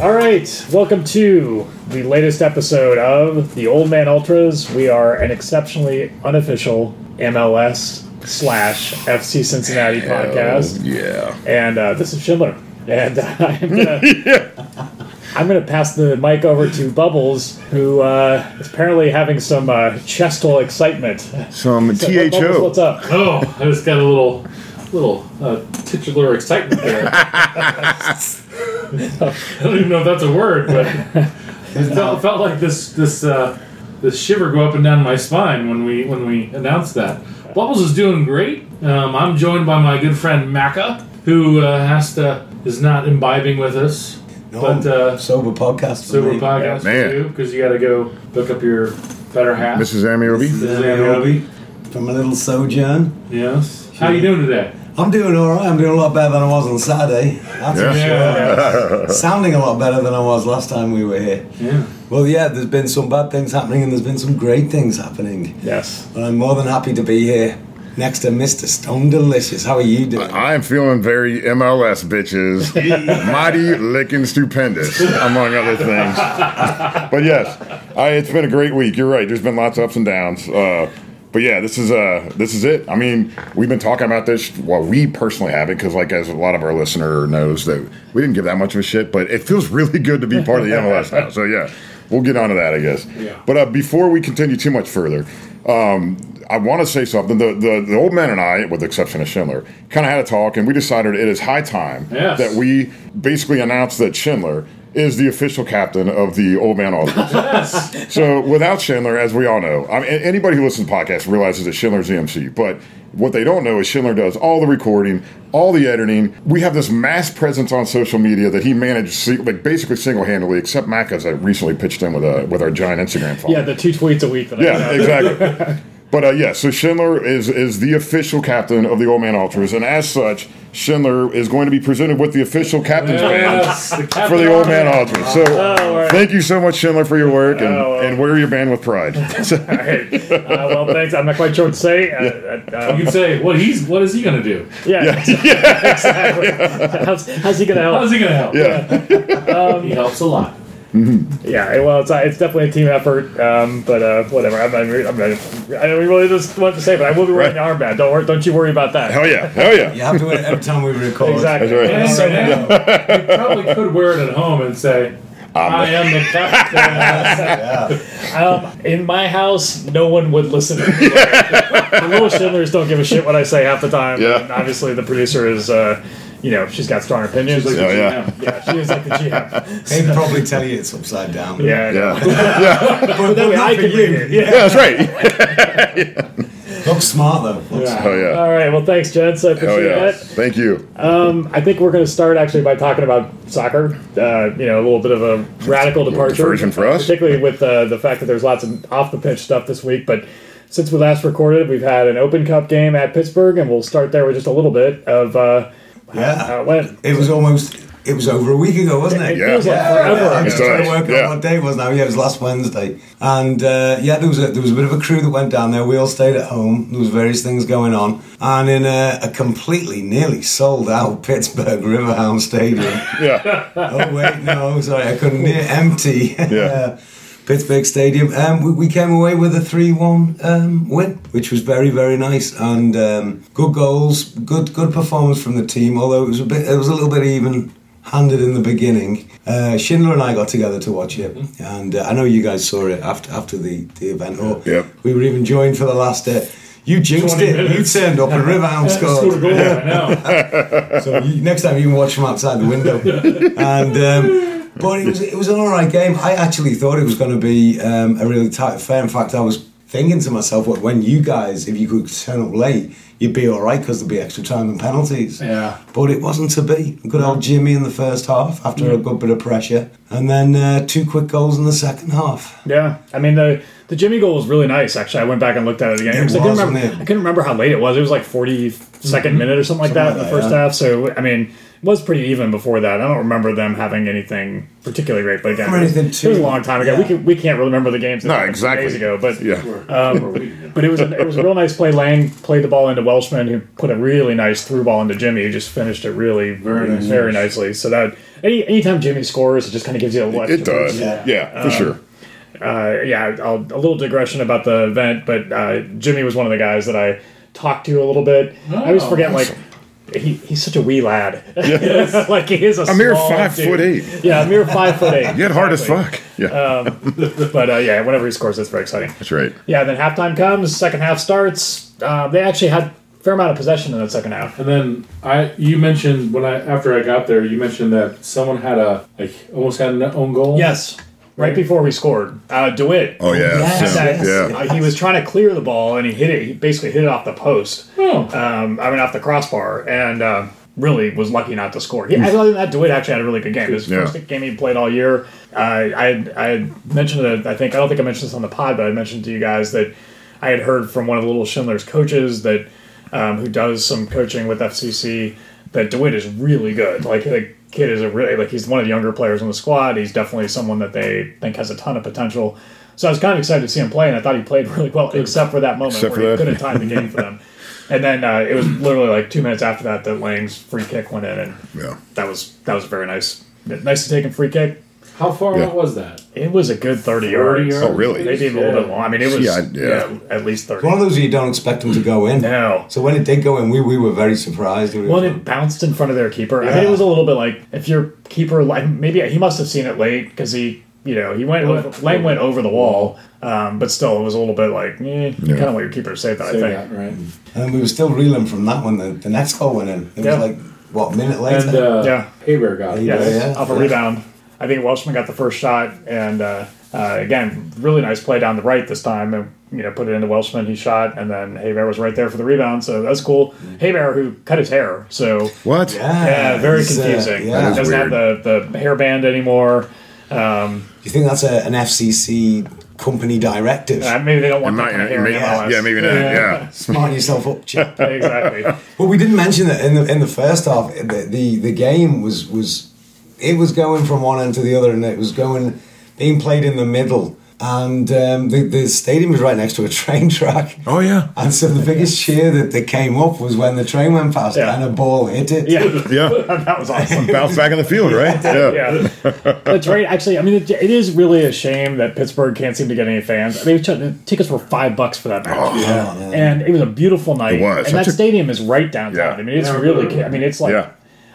right, welcome to the latest episode of the Old Man Ultras. We are an exceptionally unofficial MLS slash FC Cincinnati podcast, Yeah. and uh, this is Schindler. And uh, I'm gonna, I'm gonna pass the mic over to Bubbles, who uh, is apparently having some uh, chestal excitement. Some Bubbles, THO. what's up? Oh, I just got a little, little uh, titular excitement there. I don't even know if that's a word, but it felt, felt like this this uh, this shiver go up and down my spine when we when we announced that. Bubbles is doing great. Um, I'm joined by my good friend Macca, who uh, has to is not imbibing with us, No, but uh, sober podcast. for sober me. podcast man. too because you got to go pick up your better half. Mrs. Amiobi. Mrs. Amiobi. Amiobi. From a little sojourn. Yes. How you doing today? I'm doing all right. I'm doing a lot better than I was on Saturday. That's Yeah. for sure. Sounding a lot better than I was last time we were here. Yeah. Well, yeah, there's been some bad things happening and there's been some great things happening. Yes, But I'm more than happy to be here next to Mr. Stone Delicious. How are you doing? I'm feeling very MLS bitches. Mighty licking stupendous, among other things. But yes, I, it's been a great week. You're right. There's been lots of ups and downs. Uh, but yeah, this is uh, this is it. I mean, we've been talking about this. Well, we personally have it because, like, as a lot of our listener knows, that we didn't give that much of a shit. But it feels really good to be part of the MLS now. So yeah, we'll get onto that, I guess. Yeah. But uh, before we continue too much further, um, I want to say something. The, the the old man and I, with the exception of Schindler, kind of had a talk, and we decided it is high time Yes. that we basically announced that Schindler is the official captain of the old man office. Yes. So without Schindler, as we all know, I mean, anybody who listens to podcasts realizes that Schindler's the MC. But what they don't know is Schindler does all the recording, all the editing. We have this mass presence on social media that he managed, se- like basically single-handedly, except Mac, as I recently pitched in with a, with our giant Instagram following. yeah, the two tweets a week that I Yeah, have. exactly. But uh, yeah, so Schindler is is the official captain of the Old Man Ultras, and as such, Schindler is going to be presented with the official captain's band Yes, the for captain the Old of Man it. Ultras. So Oh, right. thank you so much, Schindler, for your work, and, Oh, well. and wear your band with pride. All right. Uh, well, thanks. I'm not quite sure what to say. Uh, uh, You can say what he's what is he gonna do? Yeah, exactly. how's, how's he gonna How is help? he gonna help? yeah, He helps a lot. Yeah, well, it's, it's definitely a team effort, um, but uh, whatever. I'm not, I'm not, I don't really just want to say, but I will be wearing Right. an armband. Don't worry, don't you worry about that. hell yeah, hell yeah. You have to win it every time we record. Exactly. That's right. And So- right now, you probably could wear it at home and say, Ah, Ah, "I am the captain." Yeah. um, in my house, no one would listen. to me. the little Schindlers don't give a shit what I say half the time. Yeah. And obviously, the producer is, uh, you know, she's got strong opinions. She's like Oh, the yeah. GM. yeah, she is like the GM. They'd probably tell you it's upside down. Yeah. Yeah, yeah, But, but That way not I for can read you. it. Yeah. yeah, that's right. Look smart though. Look Yeah. Oh yeah, All right. Well, thanks, Jens. I hell appreciate yeah. that. Thank you. Um, I think we're going to start actually by talking about soccer. Uh, you know, a little bit of a radical departure, diversion for us. particularly with uh, the fact that there's lots of off the pitch stuff this week. But since we last recorded, we've had an Open Cup game at Pittsburgh, and we'll start there with just a little bit of uh, how Yeah. it went. It was almost. It was over a week ago, wasn't it? It feels like Yeah, yeah, I'm forever. just trying to does, work yeah. out what day it was now. Yeah, it was last Wednesday, and uh, yeah, there was a, there was a bit of a crew that went down there. We all stayed at home. There was various things going on, and in a, a completely nearly sold out Pittsburgh Riverhound Stadium. Yeah, oh wait, no, sorry, I couldn't hear. Empty. Yeah. Pittsburgh Stadium. Um, we, we came away with a three-one um, win, which was very, very nice, and um, good goals, good, good performance from the team. Although it was a bit, it was a little bit even-handed in the beginning. Uh, Schindler and I got together to watch it, and uh, I know you guys saw it after after the, the event. Or Yep. we were even joined for the last. Uh, you jinxed 20 it. minutes. You turned up and Riverhound Scored a scored. goal. I know. So you, next time you can watch from outside the window. and um, but it was it was an all right game. I actually thought it was going to be um, a really tight affair. In fact, I was thinking to myself, well, when you guys, if you could turn up late, you'd be all right because there'd be extra time and penalties. Yeah. But it wasn't to be. Good old Jimmy in the first half after Mm. a good bit of pressure, and then uh, two quick goals in the second half. Yeah, I mean the the Jimmy goal was really nice. Actually, I went back and looked at it again. It 'cause I, was, couldn't remember, wasn't it? Mm-hmm. I couldn't remember how late it was. It was like forty second minute or something like that in Something the like first that, yeah. half. So I mean, it was pretty even before that. I don't remember them having anything particularly great. But again, Remember anything it was a too- long time ago. We yeah. can, we can't really remember the games. that No, happened exactly. Days ago, but yeah. um, but it was a, it was a real nice play. Lang played the ball into Welshman, who put a really nice through ball into Jimmy, who just finished it really very, very nicely. So that any anytime Jimmy scores, it just kind of gives you a lift. It does. Yeah, Yeah. for sure. uh, yeah, I'll, a little digression about the event, but uh, Jimmy was one of the guys that I talked to a little bit. I always Oh, forget, like, he, he's such a wee lad. like, he is a A mere small five dude. foot eight. Yeah, a mere five foot eight. Yet hard as fuck. Yeah, But uh, yeah, whenever he scores, it's very exciting. that's right. Yeah, then halftime comes, second half starts. Uh, they actually had a fair amount of possession in that second half. And then I, you mentioned when I after I got there, you mentioned that someone had a like almost had an own goal. Yes, right before we scored. Uh, DeWitt. Oh yeah, Yes, yeah. yes. yeah. Uh, he was trying to clear the ball and he hit it. He basically hit it off the post. Oh. um, I mean, off the crossbar, and uh, really was lucky not to score. Yeah, other than that, Dewitt actually had a really good game. It was the Hmm. Yeah. first game he played all year. Uh, I had- I had mentioned that I think I don't think I mentioned this on the pod, but I mentioned to you guys that I had heard from one of the Little Schindler's coaches that um, who does some coaching with FCC that Dewitt is really good. Like the kid is a really like he's one of the younger players on the squad. He's definitely someone that they think has a ton of potential. So I was kind of excited to see him play, and I thought he played really well, except for that moment Except where he for that. couldn't time the game for them. And then uh, it was literally like two minutes after that that Lang's free kick went in, and Yeah. that was that was very nice. Nice to take a free kick. How far Yeah. out was that? It was a good thirty yards. Oh, really? Maybe even a little bit long. I mean, it was Yeah, yeah. yeah, at least thirty. One of those you don't expect them to go in. No. So when it did go in, we, we were very surprised. We were- Well, and it bounced in front of their keeper. I mean, it was a little bit like if your keeper, like maybe he must have seen it late because he, you know, he went over, Lang went over the wall, um, but still, it was a little bit like eh, kind of want your keeper to save that. I Say think. that, right. and we were still reeling from that one. The, the next goal went in. It Yeah. was like, what, a minute later? And uh, Yeah. Haber got it. Yeah. Yes, off a yeah. rebound. I think Welshman got the first shot, and uh, uh, again, really nice play down the right this time, and you know, put it into Welshman. He shot, and then Haybear was right there for the rebound, so that's cool. Haybear who cut his hair, so What? Mm-hmm. yeah, yeah, very it's, uh, confusing. yeah. is doesn't have the the hairband anymore. Do you think that's a, an FCC company directive? Uh, maybe they don't want Might- that kind of hair maybe- in MLS. yeah, maybe not. Yeah. Smarten yourself up, chap. exactly. Well, we didn't mention that in the in the first half. The, the the game was was it was going from one end to the other, and it was going being played in the middle. And um, the the stadium was right next to a train track. Oh yeah. And so the biggest cheer that, that came up was when the train went past Yeah. and a ball hit it. Yeah, Yeah. that was awesome. Bounce back in the field, right? Yeah. yeah, that's right. Actually, I mean, it, it is really a shame that Pittsburgh can't seem to get any fans. I mean, t- tickets were five bucks for that match, Yeah. and it was a beautiful night. Oh, It was. And that Such a- stadium is right downtown. Yeah. I mean, it's Yeah. really. I mean, it's like. Yeah.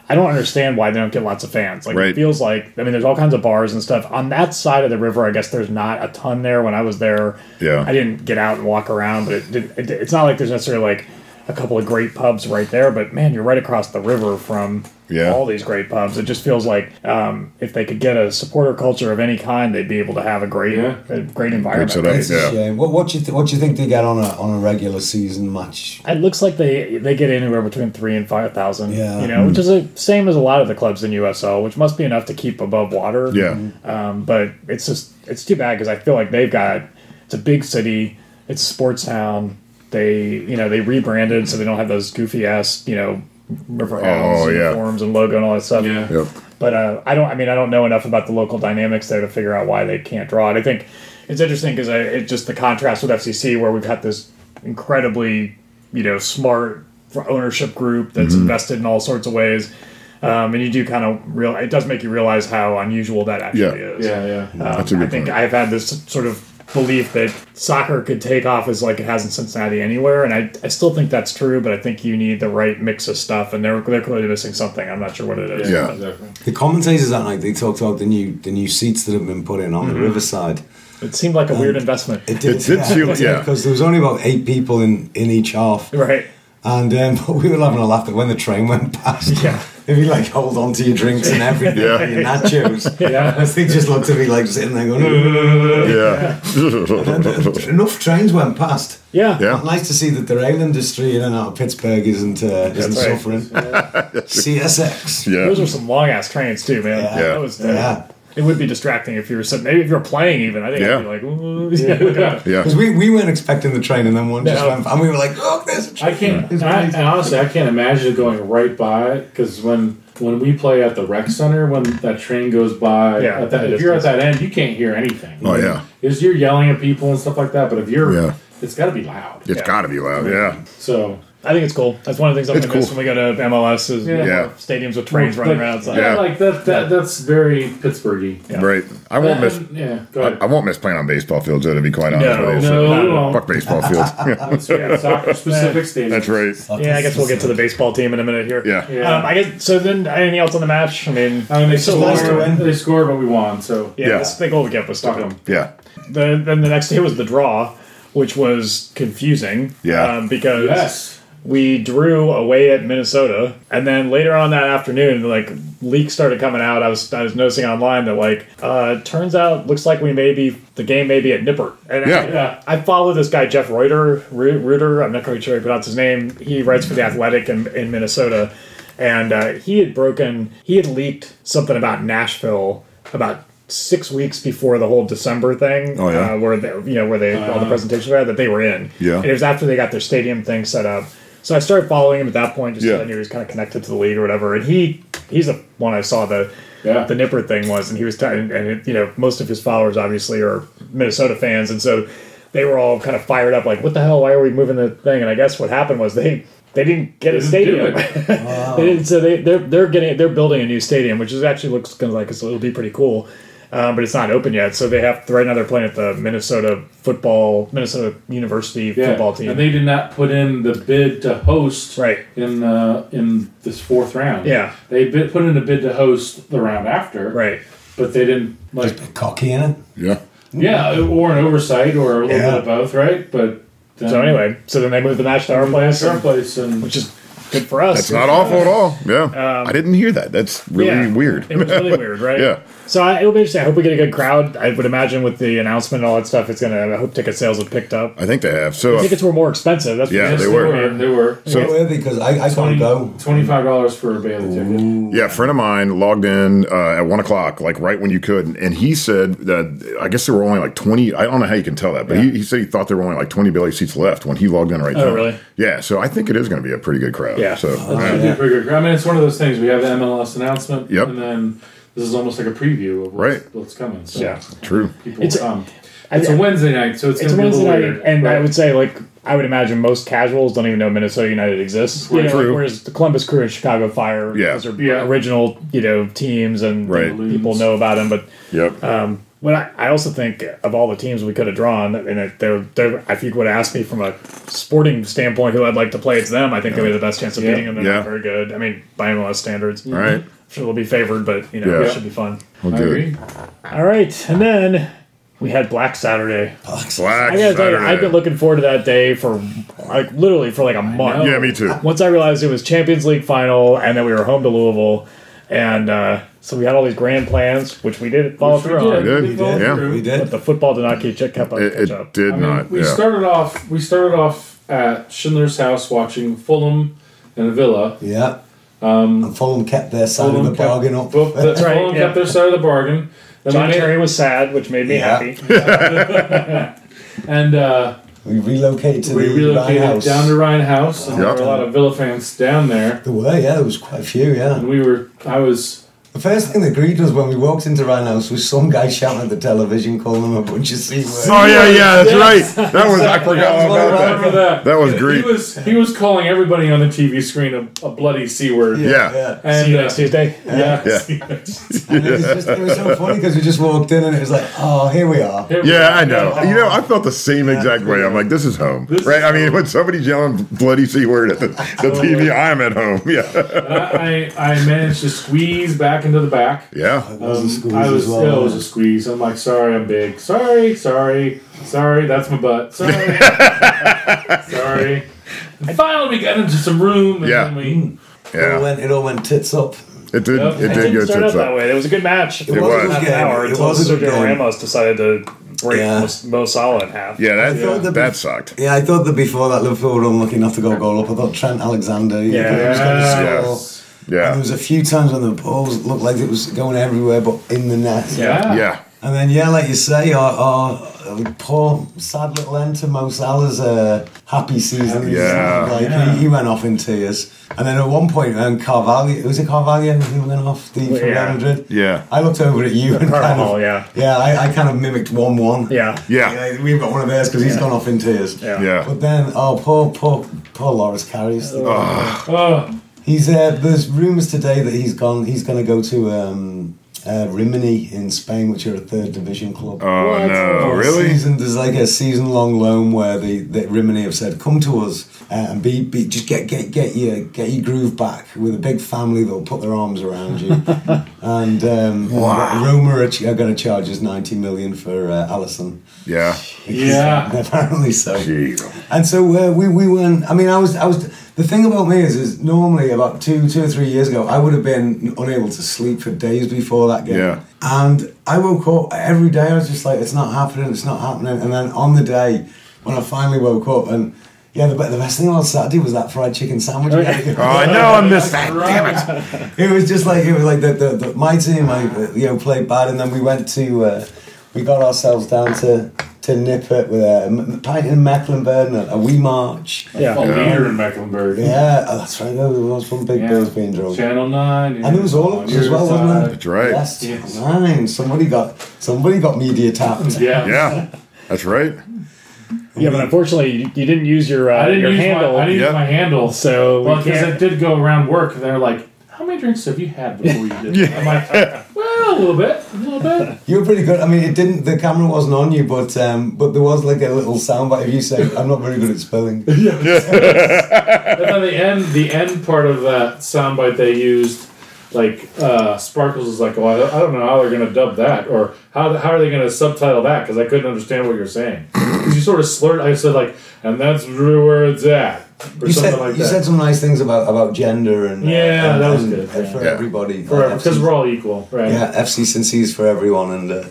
I don't understand why they don't get lots of fans. Like Right. it feels like I mean, there's all kinds of bars and stuff on that side of the river. I guess there's not a ton there. When I was there, Yeah. I didn't get out and walk around, but it, didn't, it it's not like there's necessarily like a couple of great pubs right there. But man, you're right across the river from Yeah. all these great pubs. It just feels like um, if they could get a supporter culture of any kind, they'd be able to have a great, Yeah. a great environment. setup. It's Yeah. a shame. What, what do you th- what do you think they get on a on a regular season match? It looks like they they get anywhere between three and five thousand. Yeah. You know, which is the same as a lot of the clubs in USL, which must be enough to keep above water. Yeah. Um, but it's just it's too bad because I feel like they've got it's a big city, it's a sports town. They you know they rebranded so they don't have those goofy ass you know Riverhounds Oh, yeah. uniforms and logo and all that stuff. Yeah. Yep. But uh, I don't. I mean, I don't know enough about the local dynamics there to figure out why they can't draw it. I think it's interesting because it's just the contrast with FCC, where we've got this incredibly, you know, smart ownership group that's Mm-hmm. invested in all sorts of ways, um, and you do kind of real. It does make you realize how unusual that actually Yeah. is. Yeah. Yeah. Um, That's a good I think point. I've had this sort of belief that soccer could take off as like it has in Cincinnati anywhere, and I, I still think that's true. But I think you need the right mix of stuff, and they're they're clearly missing something. I'm not sure what it is. Yeah. Exactly. The commentators that night they talked about the new the new seats that have been put in on the riverside. It seemed like a Um, weird investment. It did, It did feel- yeah. because there was only about eight people in in each half, Right. and um, but we were having a laugh that when the train went past, Yeah. they'd be like, hold on to your drinks and everything, Yeah. your nachos. Yeah. As they just looked at me like sitting there going, Yeah. enough trains went past. Yeah. Yeah. Nice to see that the rail industry in and out of Pittsburgh isn't uh, isn't That's right. suffering. CSX. Those Yeah. are some long ass trains too, man. Yeah. That was, uh, Yeah. It would be distracting if you were sitting. Maybe if you're playing, even I think Yeah. I'd be like, Ooh. Yeah. Yeah. Because we, we weren't expecting the train, and then one just No. went, and we were like, "Look, there's a train." I can't. And, I, and honestly, I can't imagine it going right by because when when we play at the rec center, when that train goes by, Yeah, at that, it if is you're at that end, you can't hear anything. Oh, yeah. because you're yelling at people and stuff like that. But if you're, Yeah. it's got to be loud. It's got to be loud. Yeah. So I think it's cool. That's one of the things I'm It's going to miss cool. when we go to MLS is Yeah. Yeah. stadiums with trains running Like, around outside. Yeah. like that, that. That's very Pittsburghy. Yeah. Right. I won't miss. And- yeah, go I ahead. won't miss playing on baseball fields, though, to be quite honest No, with you. no, So, we won't. Fuck baseball fields. Yeah. Yeah, soccer specific stadium. That's right. Yeah, I guess we'll get to the baseball team in a minute here. Yeah. Yeah. Um, I guess so. Then anything else on the match? I mean, I mean, they so lost long. to scored. win. They scored, but we won. So Yeah, Yeah. this the goal we get was fuck stupid. them. Yeah. The, then the next day was the draw, which was confusing. Yeah. um, because Yes. we drew away at Minnesota, and then later on that afternoon, like leaks started coming out. I was I was noticing online that like uh, turns out looks like we may be the game may be at Nippert. And Yeah. I, Yeah. I follow this guy Jeff Reuter. Ru- Reuter, I'm not quite sure how you pronounce his name. He writes for the Athletic in, in Minnesota, and uh, he had broken he had leaked something about Nashville about. Six weeks before the whole December thing, Oh, yeah. uh, where they, you know, where they all the presentations were at, that they were in, Yeah. and it was after they got their stadium thing set up. So I started following him at that point, just Yeah. so I knew he was kind of connected to the league or whatever. And he he's the one I saw the Yeah. the Nipper thing was, and he was t- and, and it, you know most of his followers obviously are Minnesota fans, and so they were all kind of fired up, like what the hell? Why are we moving the thing? And I guess what happened was they. They didn't get a Didn't stadium, do it. They didn't- so they, they're they're getting they're building a new stadium, which is actually looks kind of like it's, it'll be pretty cool, um, but it's not open yet. So they have right now they're playing at the Minnesota football Minnesota University Yeah. football team. And they did not put in the bid to host Right. in the in this fourth round. Yeah. They bid, put in a bid to host the round after. Right. But they didn't like Cocky in it. Yeah. yeah, or an oversight or a little Yeah. bit of both, right? But then So anyway, so then they moved the match to our place, our place and which is good for us. It's not awful at all. Yeah. I didn't hear that. That's really Um, Yeah. weird. It was really weird, right? Yeah. So I, it'll be interesting. I hope we get a good crowd. I would imagine with the announcement and all that stuff, it's gonna. I hope ticket sales have picked up. I think they have. So, Tickets were more expensive. That's Yeah, for they sure. were. They were. So because I, I can't go. Twenty-five dollars for a Bailey ticket. Yeah, a friend of mine logged in uh, at one o'clock, like right when you could, and he said that I guess there were only like twenty. I don't know how you can tell that, but he, he said he thought there were only like twenty belly seats left when he logged in right now. Oh, really? Yeah, so I think it is going to be a pretty good crowd. Yeah. Oh, So Should yeah. do a bigger crowd. I mean, it's one of those things. We have the MLS announcement, Yep. and then this is almost like a preview of what's, Right. what's coming. So Yeah. true. people It's- will come. It's a Wednesday night, so it's, It's a gonna Wednesday be a night, little weird, and I but- would say like I would imagine most casuals don't even know Minnesota United exists. You Right. know, like, True. whereas the Columbus Crew and Chicago Fire, Yeah. those are Yeah. original you know teams, and Right. people know about them, but. Yep. Uh, Well, I, I also think of all the teams we could have drawn, and if, they're, they're, if you would have asked me from a sporting standpoint who I'd like to play, it's them. I think they have the best chance of Yeah. beating them. They're Yeah. not very good. I mean, by MLS standards. All right. Sure, they'll be favored, but, you know, Yeah. it should be fun. Well, I agree. good. All right. And then we had Black Saturday. Black I gotta tell you, Saturday. I've been looking forward to that day for, like, literally for like a month. yeah, me too. Once I realized it was Champions League final and then we were home to Louisville, and uh, so we had all these grand plans, which Oh, we didn't follow Which we through on. did. Good. We did. Yeah. We But did. the football did not keep kept up. It, catch it up. did I mean, not. we yeah. started off. We started off at Schindler's House watching Fulham and Villa. Yeah. and Fulham kept their side of the kept- bargain up. Well, that's right, Fulham yeah. kept their side of the bargain. Then John we made- Terry was sad, which made me Yeah. happy. and uh, We relocated to we the relocated Ryan House. down to Ryan House. And Yep. There were a lot of Villa fans down there, There were, yeah, there was quite a few, yeah. and we were. I was. The first thing that greeted us when we walked into Ryan House was some guy shouting at the television, calling them a bunch of C words. Oh yeah, yeah, that's right. That was I forgot That was all one about of that. Remember that? That was He great. was. He was calling everybody on the TV screen a, a bloody c word. Yeah. And See you uh, next Tuesday. yeah. And it, was just, it was so funny because we just walked in and it was like, oh, here we are. Here we Yeah, go. I know. You know, I felt the same exact way. I'm like, this is home, Oh, This right? is I mean, when somebody's yelling bloody c word at the, the TV, I'm at home. Yeah, I, I I managed to squeeze back into the back. yeah. That was a squeeze Um, I was, as yeah, it well. was a squeeze. I'm like, sorry, I'm big. Sorry, sorry, sorry. That's my butt. Sorry, sorry. And finally, we got into some room. And Yeah. Then we, it, all Yeah, went, it all went tits up. it did. Yep. It It did didn't go start out tits that up. way. It was a good match. It was. a good half an game. hour It until was a good Sergio game. Ramos decided to break Yeah. Mo, Mo Salah in half. Yeah, thought that that that bef- sucked. Yeah, I thought that before that Liverpool were unlucky enough to go goal up. I thought Trent Alexander, you Yeah. know, he was going to score. And there Yeah, was a few times when the balls looked like it was going everywhere but in the net. Yeah. yeah. yeah. And then, yeah, like you say, our, our uh, poor, sad little end to Mo Salah's uh, happy season. Yeah. Like, Yeah. He, he went off in tears. And then at one point, um, Carvalho, was it Carvalho who went off the, from Yeah. Real Madrid? Yeah. I looked over at you and kind Carvalho, of, yeah. yeah, I, I kind of mimicked one-one. Yeah. Yeah. we've got one of theirs because he's gone off in tears. Yeah. Uh, Yeah. But then, oh, poor, poor, poor Loris carries. the Oh, He's uh, there's rumours today that he's gone. He's going to go to um, uh, Rimini in Spain, which are a third division club. Oh, no. There's Really? Season, there's like a season long loan where the, the Rimini have said, "Come to us uh, and be, be just get get get your get your groove back with a big family that'll put their arms around you." and um, Wow. Roma are, ch- are going to charge us ninety million for uh, Allison. Yeah. yeah. apparently so. Jeez. And so uh, we we weren't. I mean, I was I was. The thing about me is, is normally about two two or three years ago, I would have been unable to sleep for days before that game. Yeah. And I woke up every day. I was just like, it's not happening. It's not happening. And then on the day when I finally woke up, and yeah, the, be- the best thing on Saturday was that fried chicken sandwich. Oh, I know I missed that. Damn it. It was just like it was like the, the, the my team, I, you know, played bad, and then we went to uh, we got ourselves down to to Nippert with a m- pint in Mecklenburg and a, a wee march. Yeah. A leader in Mecklenburg. Yeah, oh, that's right. There was one big Yeah. bill's being drunk. Channel 9. yeah. And there was all of us On as your well, wasn't there? side. That's right. Yes, Yes. nine. Somebody got somebody got media tapped. Yeah. Yeah. That's right. Yeah, but unfortunately, you, you didn't use your uh, I didn't your use handle. my I didn't Yeah. use my handle. So we well, because can't- I did go around work, and they're like, "How many drinks have you had before you did?" yeah. I'm like, "Well, a little bit, a little bit." You were pretty good. I mean, it didn't. The camera wasn't on you, but um, but there was like a little soundbite of you saying, "I'm not very good at spelling." And then the end, the end part of that soundbite they used, like uh, Sparkles was like, "Well, I don't- I don't know how they're going to dub that, or how how are they going to subtitle that?" Because I couldn't understand what you're saying. Because you sort of slurred. I said like, "And that's really where it's at," or You something said like you that. said some nice things about, about gender and uh, Yeah, and- that was and- good, and yeah. for Yeah. everybody because FC we're all equal, right? yeah, FCC's for everyone, and uh,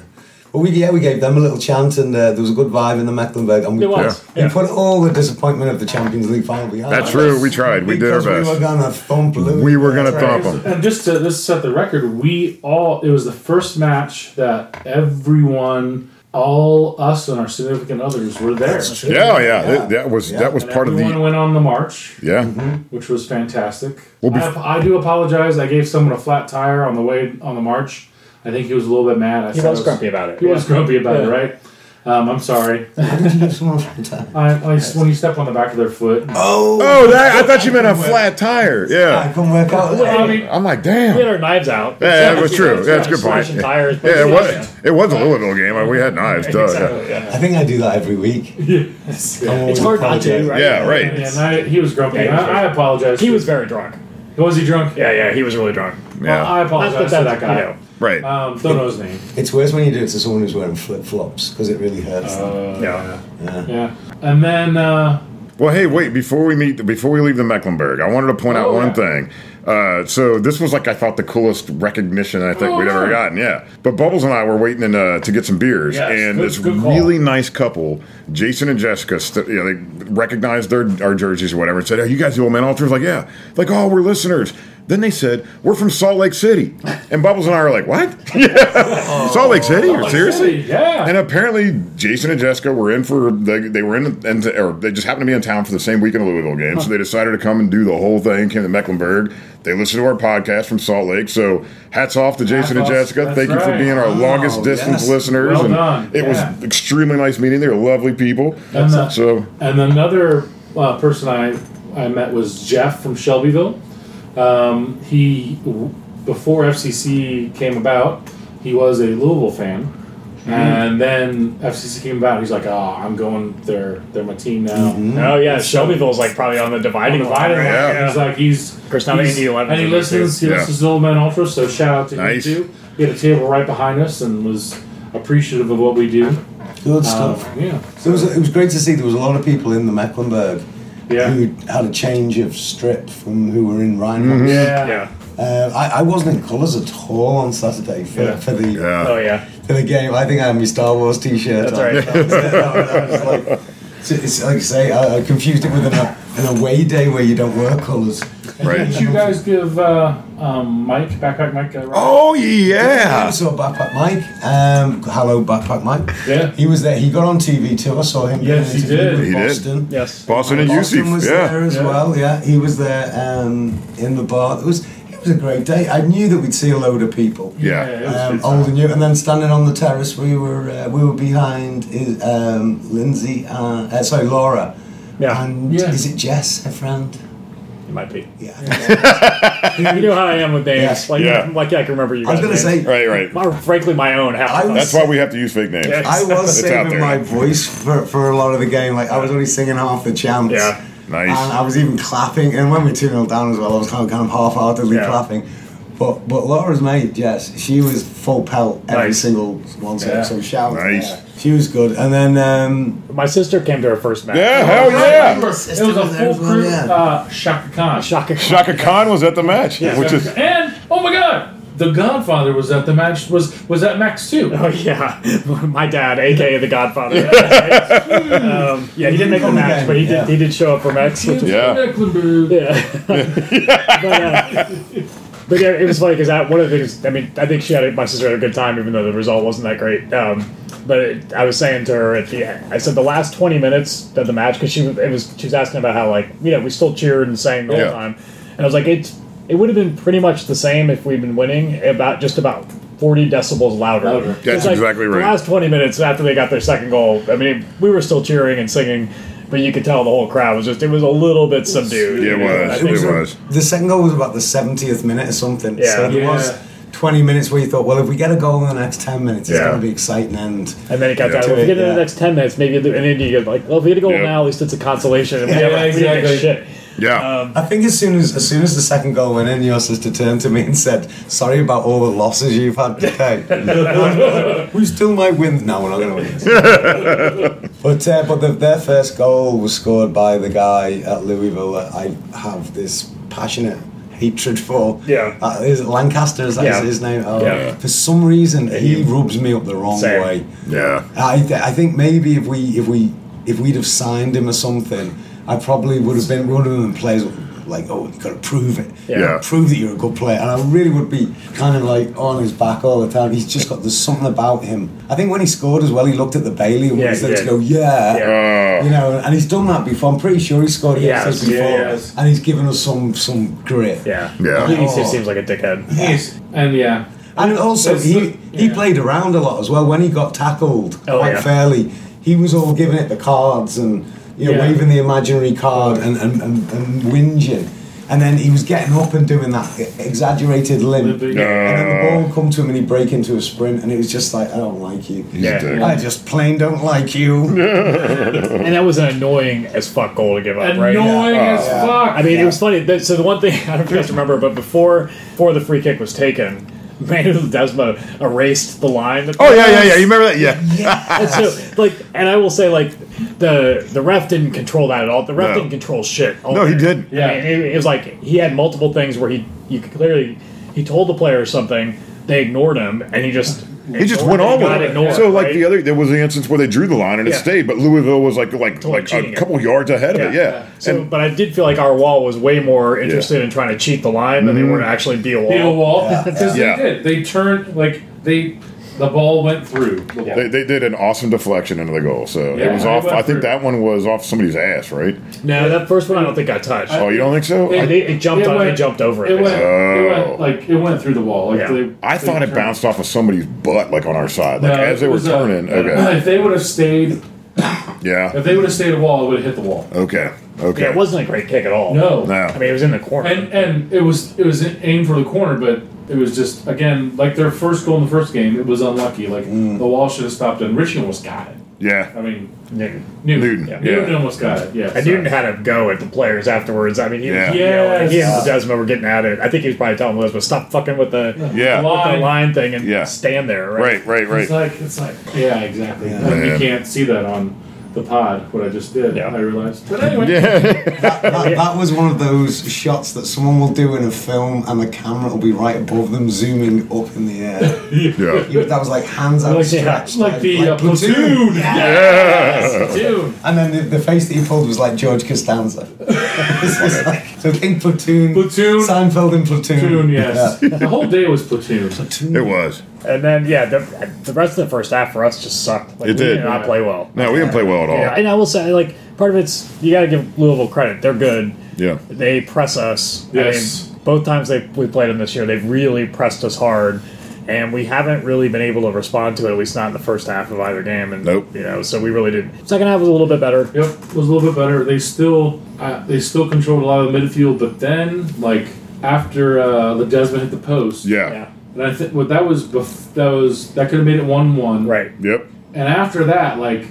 well, we yeah, we gave them a little chant, and uh, there was a good vibe in the Mecklenburg, and we, It was, we yeah. put all the disappointment of the Champions League final behind. That's us. true. We tried. We did our Because We best. were gonna thump. Lou. We were going to That's right. thump them. And just to just set the record, we all it was the first match that everyone, all us and our significant others were there. true. Yeah, yeah. That, that was Yeah. that was And part of everyone the went on the march, yeah. which was fantastic. Well, bef- I, I do apologize. I gave someone a flat tire on the way on the march. I think he was a little bit mad. I he said I was grumpy about it. He was grumpy about it, Yeah. right? Um, I'm sorry. Oh, I, I when you step on the back of their foot. Oh, that I thought you meant a flat tire. Mm-hmm. Oh, I Yeah, couldn't work out. I mean, I'm like, We had damn. our knives out. Yeah, that was true. That's a good point. Slashing tires. but Yeah, it was. It was a Louisville game. Like, we had knives. Duh. Exactly, yeah. I think I do that every week. It's hard not to, right? Yeah, right. and I, he was grumpy. Yeah, he and was I, I apologize. He to- was very drunk. was he drunk? Yeah, yeah, he was really drunk. Well, I Yeah, Not apologize to that guy. you know. right. Um, don't know his name. It's worse when you do it to someone who's wearing flip flops because it really hurts. them. Uh, Uh, Yeah. Yeah. Yeah. And then, uh, Well, hey, wait. Before we meet, before we leave the Mecklenburg, I wanted to point out Oh, one yeah. thing. Uh, so this was like I thought the coolest recognition I think Oh, we'd ever yeah. gotten. Yeah. But Bubbles and I were waiting in, uh, to get some beers, Yes, and good- this good call. really nice couple, Jason and Jessica, st- you know, they recognized their our jerseys or whatever, and said, "Hey, you guys do Old Man Alter?" I was like, "Yeah." Like, oh, we're listeners. Then they said, "We're from Salt Lake City," and Bubbles and I were like, "What? Oh, yeah. Salt Lake City? Seriously?" yeah. And apparently, Jason and Jessica were in for they, they were in and or they just happened to be in town for the same weekend of Louisville game, so they decided to come and do the whole thing. Came to Mecklenburg. They listened to our podcast from Salt Lake. So hats off to Jason and off. Jessica. That's Thank you for right. being our longest distance yes. listeners. Well and done. It Yeah. was extremely nice meeting. They're lovely people. And the- so and another uh, person I, I met was Jeff from Shelbyville. Um, he, w- before FCC came about, he was a Louisville fan. Mm-hmm. And then FCC came about. He's like, "Oh, I'm going. They're they're my team now." Mm-hmm. Oh yeah, Shelbyville's like probably on the dividing Divided line. line. right? Yeah. He's like, he's Of course, now he's- Indy went and he to the listens. He Yeah. listens to Old Man Ultra. So shout out to Nice. him too. He had a table right behind us and was appreciative of what we do. Good Um, stuff. yeah, So it, was, it was great to see there was a lot of people in the Mecklenburg yeah, who had a change of strip from who were in Mm-hmm. Rhineland. yeah. Yeah. Uh, I, I wasn't in colours at all on Saturday for, Yeah. for the Oh yeah, yeah. for the game. I think I had my Star Wars T-shirt. That's on. right. That was it. That was- that was like- so it's like I say, I, I confused it with an, an away day where you don't wear colours. right. Did you guys give uh, um, Mike, Backpack Mike. Uh, Oh yeah. I saw Backpack Mike. Um, hello, Backpack Mike. Yeah. He was there. He got on TV too. I saw him. doing Yes, an he interview did. with He did. Boston. Yes. Boston and Boston UC. was there Yeah. as Yeah. well. Yeah, he was there um, in the bar. It was it was a great day. I knew that we'd see a load of people. Yeah. it was Um, good old time. and new, and then standing on the terrace, we were uh, we were behind is, um, Lindsay, uh, uh, sorry Laura, Yeah. and Yeah. is it Jess, her friend? it might be. Yeah, I think that- You know how I am with names. Yeah. Like, Yeah. like I can remember you. I was guys' gonna say names. Right. Right. Or frankly, my own. Half the I time. was- That's why we have to use fake names. Yeah. I was It's out saving there. my voice for, for a lot of the game. Like I was only singing half the chants. Yeah. Nice. And I was even clapping. And when we were 2 0 down as well, I was kind of, kind of half heartedly Yeah. clapping. But but Laura's mate, Jess, she was full pelt every Nice. single one. So, Yeah. so shout out to Nice. her. She was good. And then, um, my sister came to her first match. Oh, Yeah. Hell yeah. Oh, It was a full crew. Uh, Shaka Khan. Shocking. Shaka Khan was at the match, which is and oh my god, The Godfather was at the match. Was was at Max too? Oh yeah, my dad, aka the Godfather. um, yeah, he didn't make the match, but he did. Yeah. He did show up for Max, which was Yeah. Mecklenburg. yeah. but, uh, but yeah, it was funny because one of the things. I mean, I think she had a- my sister had a good time, even though the result wasn't that great. Um, but it, I was saying to her at the end, I said the last twenty minutes of the match because she was- it was she was asking about how like you know we still cheered and sang the Yeah. whole time, and I was like it's it would have been pretty much the same if we'd been winning about just about. 40 decibels louder. Louder. It's That's like exactly The right. last 20 minutes after they got their second goal, I mean, we were still cheering and singing, but you could tell the whole crowd was just, it was a little bit subdued. Yeah, you it know, was. I It think was. so. the second goal was about the 70th minute or something. Yeah. So there Yeah. was 20 minutes where you thought, well, if we get a goal in the next 10 minutes, it's Yeah. going to be exciting. And And then it got Yeah. down. If we get in Yeah. the next ten minutes, maybe, and then you get like, well, if we had to go Yeah. now, at least it's a consolation. And we Yeah, haven't- we didn't get exactly. shit. Yeah. I think as soon as as soon as the second goal went in, your sister turned to me and said, "Sorry about all the losses you've had today. we still might win. No, we're not going to win." This. but uh, but the, their first goal was scored by the guy at Louisville that I have this passionate hatred for. Yeah. uh, is it Lancaster? Is that Yeah. his name? Oh, Yeah. For some reason, he rubs me up the wrong Same. way. yeah. I, th- I think maybe if we if we if we'd have signed him or something, I probably would have been one of them players like, oh, you've got to prove it, Yeah. Yeah. prove that you're a good player, and I really would be kind of like on his back all the time. He's just got there's something about him. I think when he scored as well, he looked at the Bailey and Yeah, was he there to did. go, yeah. Yeah. Uh, You know, and he's done that before. I'm pretty sure he scored against Yes, us before, yes. and he's given us some some grit. Yeah, Yeah. He just Oh. seems like a dickhead. Yes. And yeah. And also, It's he, the- he yeah. played around a lot as well. When he got tackled Oh, quite yeah. fairly, he was all giving it the cards and you know Yeah. waving the imaginary card and, and, and, and whinging. And then he was getting up and doing that e-, exaggerated limp. Limping. And then the ball would come to him and he'd break into a sprint and it was just like, I don't like you. Yeah. dick. I just plain don't like you. And that was an annoying as fuck goal to give up, right? Annoying Uh, Yeah. as Yeah. fuck. I mean, it was funny. That, so the one thing I don't know if you guys remember, but before before the free kick was taken, Manuel Desma erased the line. that- Oh yeah, yeah, yeah. You remember that? Yeah. And so, like, and I will say, like, the the ref didn't control that at all. The ref No. didn't control shit. all No, he day. didn't. I mean, it, it was like he had multiple things where he you could clearly he told the player something, they ignored him, and he just He just went on Got with it. ignored, so like right? the other, there was an instance where they drew the line and it Yeah. stayed, but Louisville was like like like cheating a it. couple yards ahead of it. Yeah. Yeah. So, and but I did feel like our wall was way more interested in trying to cheat the line Mm-hmm. than they were to actually be a wall. Theo Wall. Because Yeah. they did. They turned like they the ball went through. The wall. they, they did an awesome deflection into the goal. So it Yeah. was They off. went I think through. that one was off somebody's ass, right? No, that first one I don't think I touched. Oh, you don't think so? Uh, They- I, they- it jumped on, it jumped over it. It went, it Oh. went like it went through the wall. Like Yeah. they, I they thought it turned. bounced off of somebody's butt, like on our side, like No, as they it were was a- turning. okay. If they would have stayed, Yeah. if they would have stayed a wall, it would have hit the wall. Okay. Okay. yeah, it wasn't a great kick at all. No. No. I mean it was in the corner. And and it was it was aimed for the corner, but it was just again like their first goal in the first game. It was unlucky. Like Mm. the wall should have stopped, and Richie almost got it. I Yeah. mean, Newton. Newton, Newton, yeah. Newton almost got it. Yeah, And Newton had a go at the players afterwards. I mean, he, Yeah. you know, he and Yes. Desma were getting at it. I think he was probably telling Lisbon, "Stop fucking with the with Yeah. the line thing and Yeah. stand there." Right. Right. Right. It's Right. like it's like yeah, exactly. Yeah. When you Man. can't see that on the pod, what I just did. Yeah. I realized. But anyway, That, that was one of those shots that someone will do in a film, and the camera will be right above them, zooming up in the air. Yeah. You- That was like hands Like, yeah, outstretched, like the uh, platoon. Yeah. platoon. And then the, the face that he pulled was like George Costanza. This is like- so think platoon, Platoon. Seinfeld in platoon. Platoon, yes. The whole day was platoon. It was. And then yeah, the, the rest of the first half for us just sucked. Like, It we did. did not play well. No, we didn't play well at all. Yeah, and I will say, like, part of it's you got to give Louisville credit; they're good. Yeah. They press us. Yes. I mean, both times they we played them this year, they've really pressed us hard, and we haven't really been able to respond to it. At least not in the first half of either game. And Nope. You know, so we really did. Second half was a little bit better. Yep, it was a little bit better. They still uh, they still controlled a lot of the midfield, but then like after uh, the Desmond hit the post, Yeah. Yeah. and I think what that was bef- that was that could have made it one one, Right. Yep. And after that, like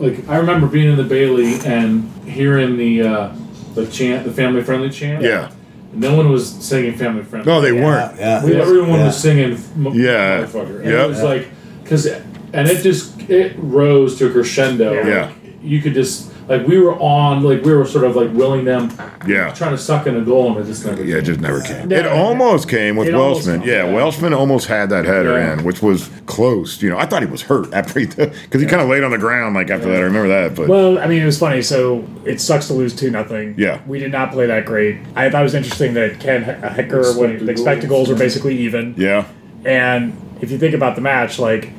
like I remember being in the Bailey and hearing the uh, the chant, the family friendly chant. Yeah. no one was singing family friendly. No, they Yeah, weren't. yeah. We- everyone Yeah. was singing. m- Yeah. motherfucker. And Yep. It was like because and it just it rose to a crescendo. Yeah. Like, you could just like we were on like we were sort of like willing them, Yeah. trying to suck in a goal and it just never. Yeah, it just never came. No. it almost came with It almost Welshman. came, yeah, yeah. Welshman almost had that header Yeah. in, which was close. You know, I thought he was hurt after he because he kind of laid on the ground like after that. I remember that, but Well, I mean, it was funny. So it sucks to lose two nothing. Yeah. we did not play that great. I thought it was interesting that Ken He- uh, Hecker, when Expected the expected goals goals. were basically even. yeah, And if you think about the match, like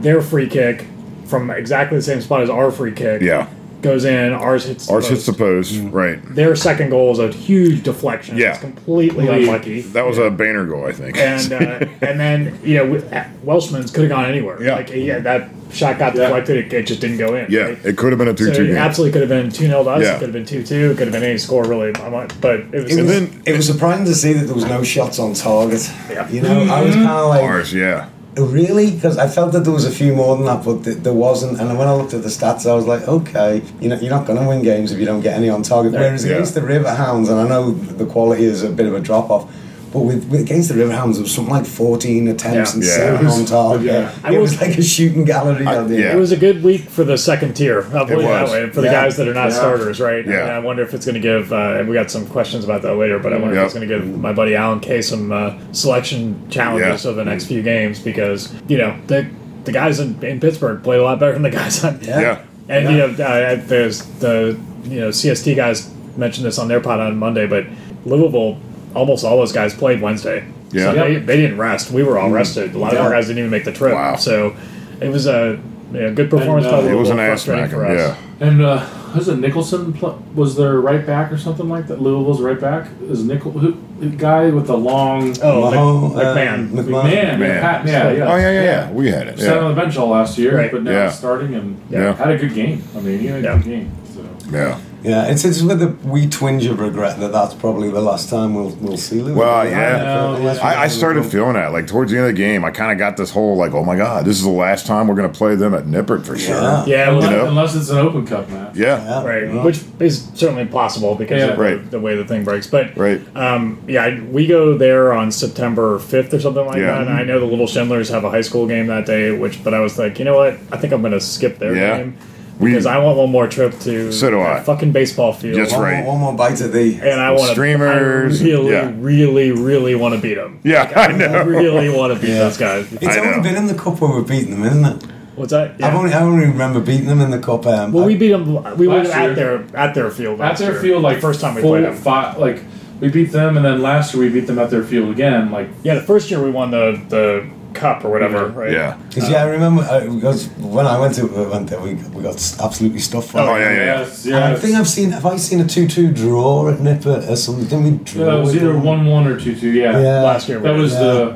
their free kick from exactly the same spot as our free kick yeah, goes in, ours hits the ours hits post. the post, Mm-hmm. right? Their second goal is a huge deflection. Yeah. It's completely Complete. unlucky. That was a banner goal, I think. And uh, and then, you know, with- uh, Welshman's could have gone anywhere. Yeah. Like, yeah, that shot got Yeah. deflected. It, it just didn't go in. yeah, right? it could have been a So two-two it game. absolutely could have been 2 0 to us. Yeah. It could have been 2 2. It could have been any score, really. I'm like- But it was. It was, then- it was surprising to see that there was no shots on target. Yeah. You know, I was Mm-hmm. kind of like, Ours, yeah, Really? Because I felt that there was a few more than that, but th- there wasn't. And when I looked at the stats, I was like, okay, you know, you're not going to win games if you don't get any on target. Whereas Yeah. against the River Hounds, and I know the quality is a bit of a drop off, but with, with against the River Hounds, it was something like 14 attempts Yeah. and Yeah. seven on target. Yeah. I It was was- like a shooting gallery. I- out there. yeah. It was a good week for the second tier. I'll put it that was. way. For the Yeah. guys that are not Yeah. starters, right? Yeah. And I wonder if it's going to give. Uh, and we got some questions about that later, but I wonder Yeah. if it's going to give my buddy Alan Kay some uh, selection challenges Yeah. over the next few games because you know the the guys in, in Pittsburgh played a lot better than the guys on. Yeah. yeah, And Yeah. you know, uh, there's the you know CST guys mentioned this on their pod on Monday, but Louisville. Almost all those guys played Wednesday. Yeah. Mm. So they, they didn't rest. We were all rested. A lot of our Yeah. guys didn't even make the trip. Wow. So it was a you know, good performance. And, uh, by it Louisville, was an ass frustrating smacking. for us. Yeah, And uh, was it Nicholson? Pl- was their right back or something like that? Louisville's right back is Nichol who the guy with the long Oh, Mc- Mahone, um, McMahon. McMahon. man, Man. Pat, yeah, yeah, oh yeah, yeah, yeah, we had it. Sat on Yeah, the bench all last year, Right. but now Yeah. he's starting and Yeah. had a good game. I mean, he had a Yeah. good game. So. yeah. Yeah, it's, it's with a wee twinge of regret that that's probably the last time we'll, we'll see Lou. Well, I yeah. know. I, I started feeling that like towards the end of the game. I kind of got this whole like, oh my god, this is the last time we're gonna play them at Nippert for sure. Yeah. Yeah, it was- Unless, know? unless it's an Open Cup match. Yeah. right. Which is certainly possible because Yeah. of the- Right. the way the thing breaks. But Right. um, yeah, I- we go there on September 5th or something like Yeah. that. And I know the Little Schindlers have a high school game that day, which, but I was like, you know what? I think I'm going to skip their Yeah. game We- because I want one more trip to So do that I. fucking baseball field. That's one, right. More, one more bite at the. And I want Streamers, I really, yeah. really, really want to beat them. Yeah, I I know. really want to beat Yeah. those guys. It's I only know. been in the cup when we've beaten them, isn't it? What's that? I've Yeah. only, I only remember beating them in the cup. Um, Well, I- we beat them. We were Last year. at their at their field. At last their year. field, like the first time we full played them. fi- like we beat them, and then last year we beat them at their field again. Like Yeah, the first year we won the the cup or whatever. Right? Yeah. Because yeah, I remember uh, because when I went to we went there, we, we got s- absolutely stuffed. for it. Oh yeah, yeah. yeah. yes, And I yes. think I've seen. Have I seen a two-two draw at Nipper or something? Didn't we draw? Yeah, it was with either them? one one or two two. Yeah, Yeah. Last year we that was Yeah. the